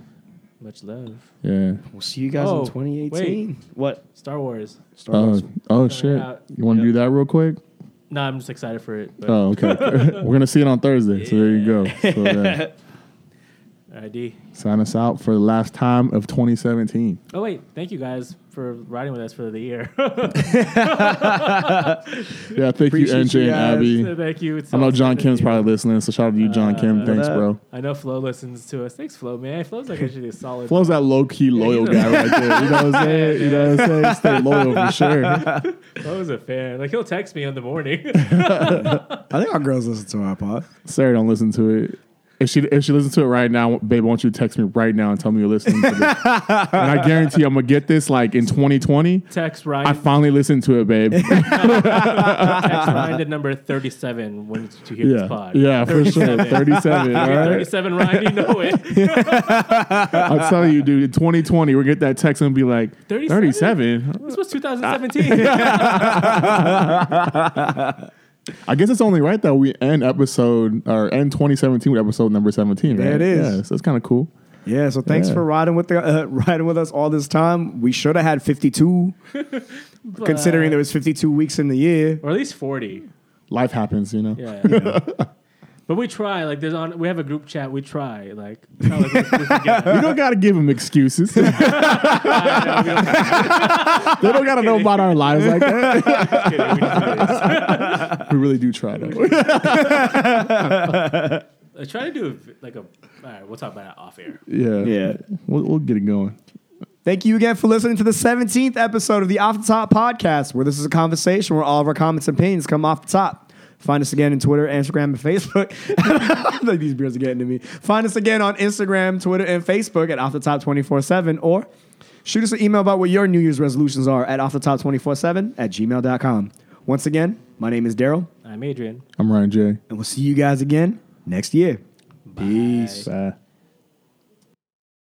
S2: Much love.
S3: Yeah.
S5: We'll see you guys
S2: Oh,
S5: in 2018. What?
S2: Star Wars.
S5: Star
S3: Oh,
S5: Wars.
S3: oh shit.
S2: out.
S3: You want to
S2: Yep.
S3: do that real quick?
S2: No, I'm just excited for it. But,
S3: Oh, okay. (laughs) We're gonna see it on Thursday. So there you go. So, yeah.
S2: All right, D.
S3: Sign us out for the last time of 2017.
S2: Oh wait, thank you guys for riding with us for the year.
S3: (laughs) Yeah, thank
S5: Appreciate
S3: you,
S5: you
S3: NJ and
S5: guys.
S3: Abby.
S2: thank you. It's
S3: I know
S2: awesome
S3: John
S2: to
S3: Kim's
S2: see you.
S3: probably listening, so shout out to you, John Kim. Thanks,
S5: up?
S3: bro.
S2: I know Flo listens to us. Thanks, Flo, man. Flo's like actually a solid.
S3: Flo's that low key loyal guy right there. You know what I'm saying? You know what I'm saying? Stay loyal for sure.
S2: Flo's a fan. Like he'll text me in the morning.
S3: (laughs)
S5: I think our girls listen to our pod.
S3: Sarah don't listen to it. If she if she listens to it right now, babe, won't you text me right now and tell me you're listening to this? and I guarantee you, I'm gonna get this like in 2020.
S2: text
S3: I
S2: Ryan.
S3: finally listened to it, babe. (laughs)
S2: text Ryan at number thirty-seven when to hear this
S3: yeah,
S2: pod. (laughs)
S3: yeah, for sure. 37. All right.
S2: 37 Ryan, you know it.
S3: I'll tell you, dude. In 2020, we're gonna get that text and be like,
S2: 37?
S3: 37.
S2: This was 2017.
S3: I guess it's only right that we end episode or end 2017 with episode number 17. Right?
S5: There it is.
S3: Yeah, so it's kind of cool.
S5: Yeah, so thanks
S3: Yeah.
S5: for riding with the uh, (laughs) riding with us all this time. We should have had
S2: (laughs)
S5: 52, considering there was 52 weeks in the year.
S2: or at least 40.
S3: Life happens, you know.
S2: Yeah. (laughs) but we try. Like there's on. We have a group chat. We try. Like. it's not like (laughs) we- we forget.
S3: You don't gotta give
S2: (laughs)
S3: them excuses. (laughs) they don't gotta know about our lives like that.
S2: (laughs) Kidding, we just do
S3: (laughs) We really do try though. (laughs)
S2: this. I try to do a v- like a. All right, we'll talk about it off air.
S3: Yeah,
S5: (laughs) Yeah.
S3: We'll, we'll get it going.
S5: Thank you again for listening to the 17th episode of the Off the Top podcast, where this is a conversation where all of our comments and opinions come off the top. Find us again on Twitter, Instagram, and Facebook. (laughs) Like, These beers are getting to me. Find us again on Instagram, Twitter, and Facebook at Off the Top 24 7 or shoot us an email about what your New Year's resolutions are at Off the Top 24 7 at gmail.com. Once again, my name is Daryl,
S2: I'm Adrian.
S3: I'm Ryan J.
S5: and we'll see you guys again next year. Peace.
S3: Bye.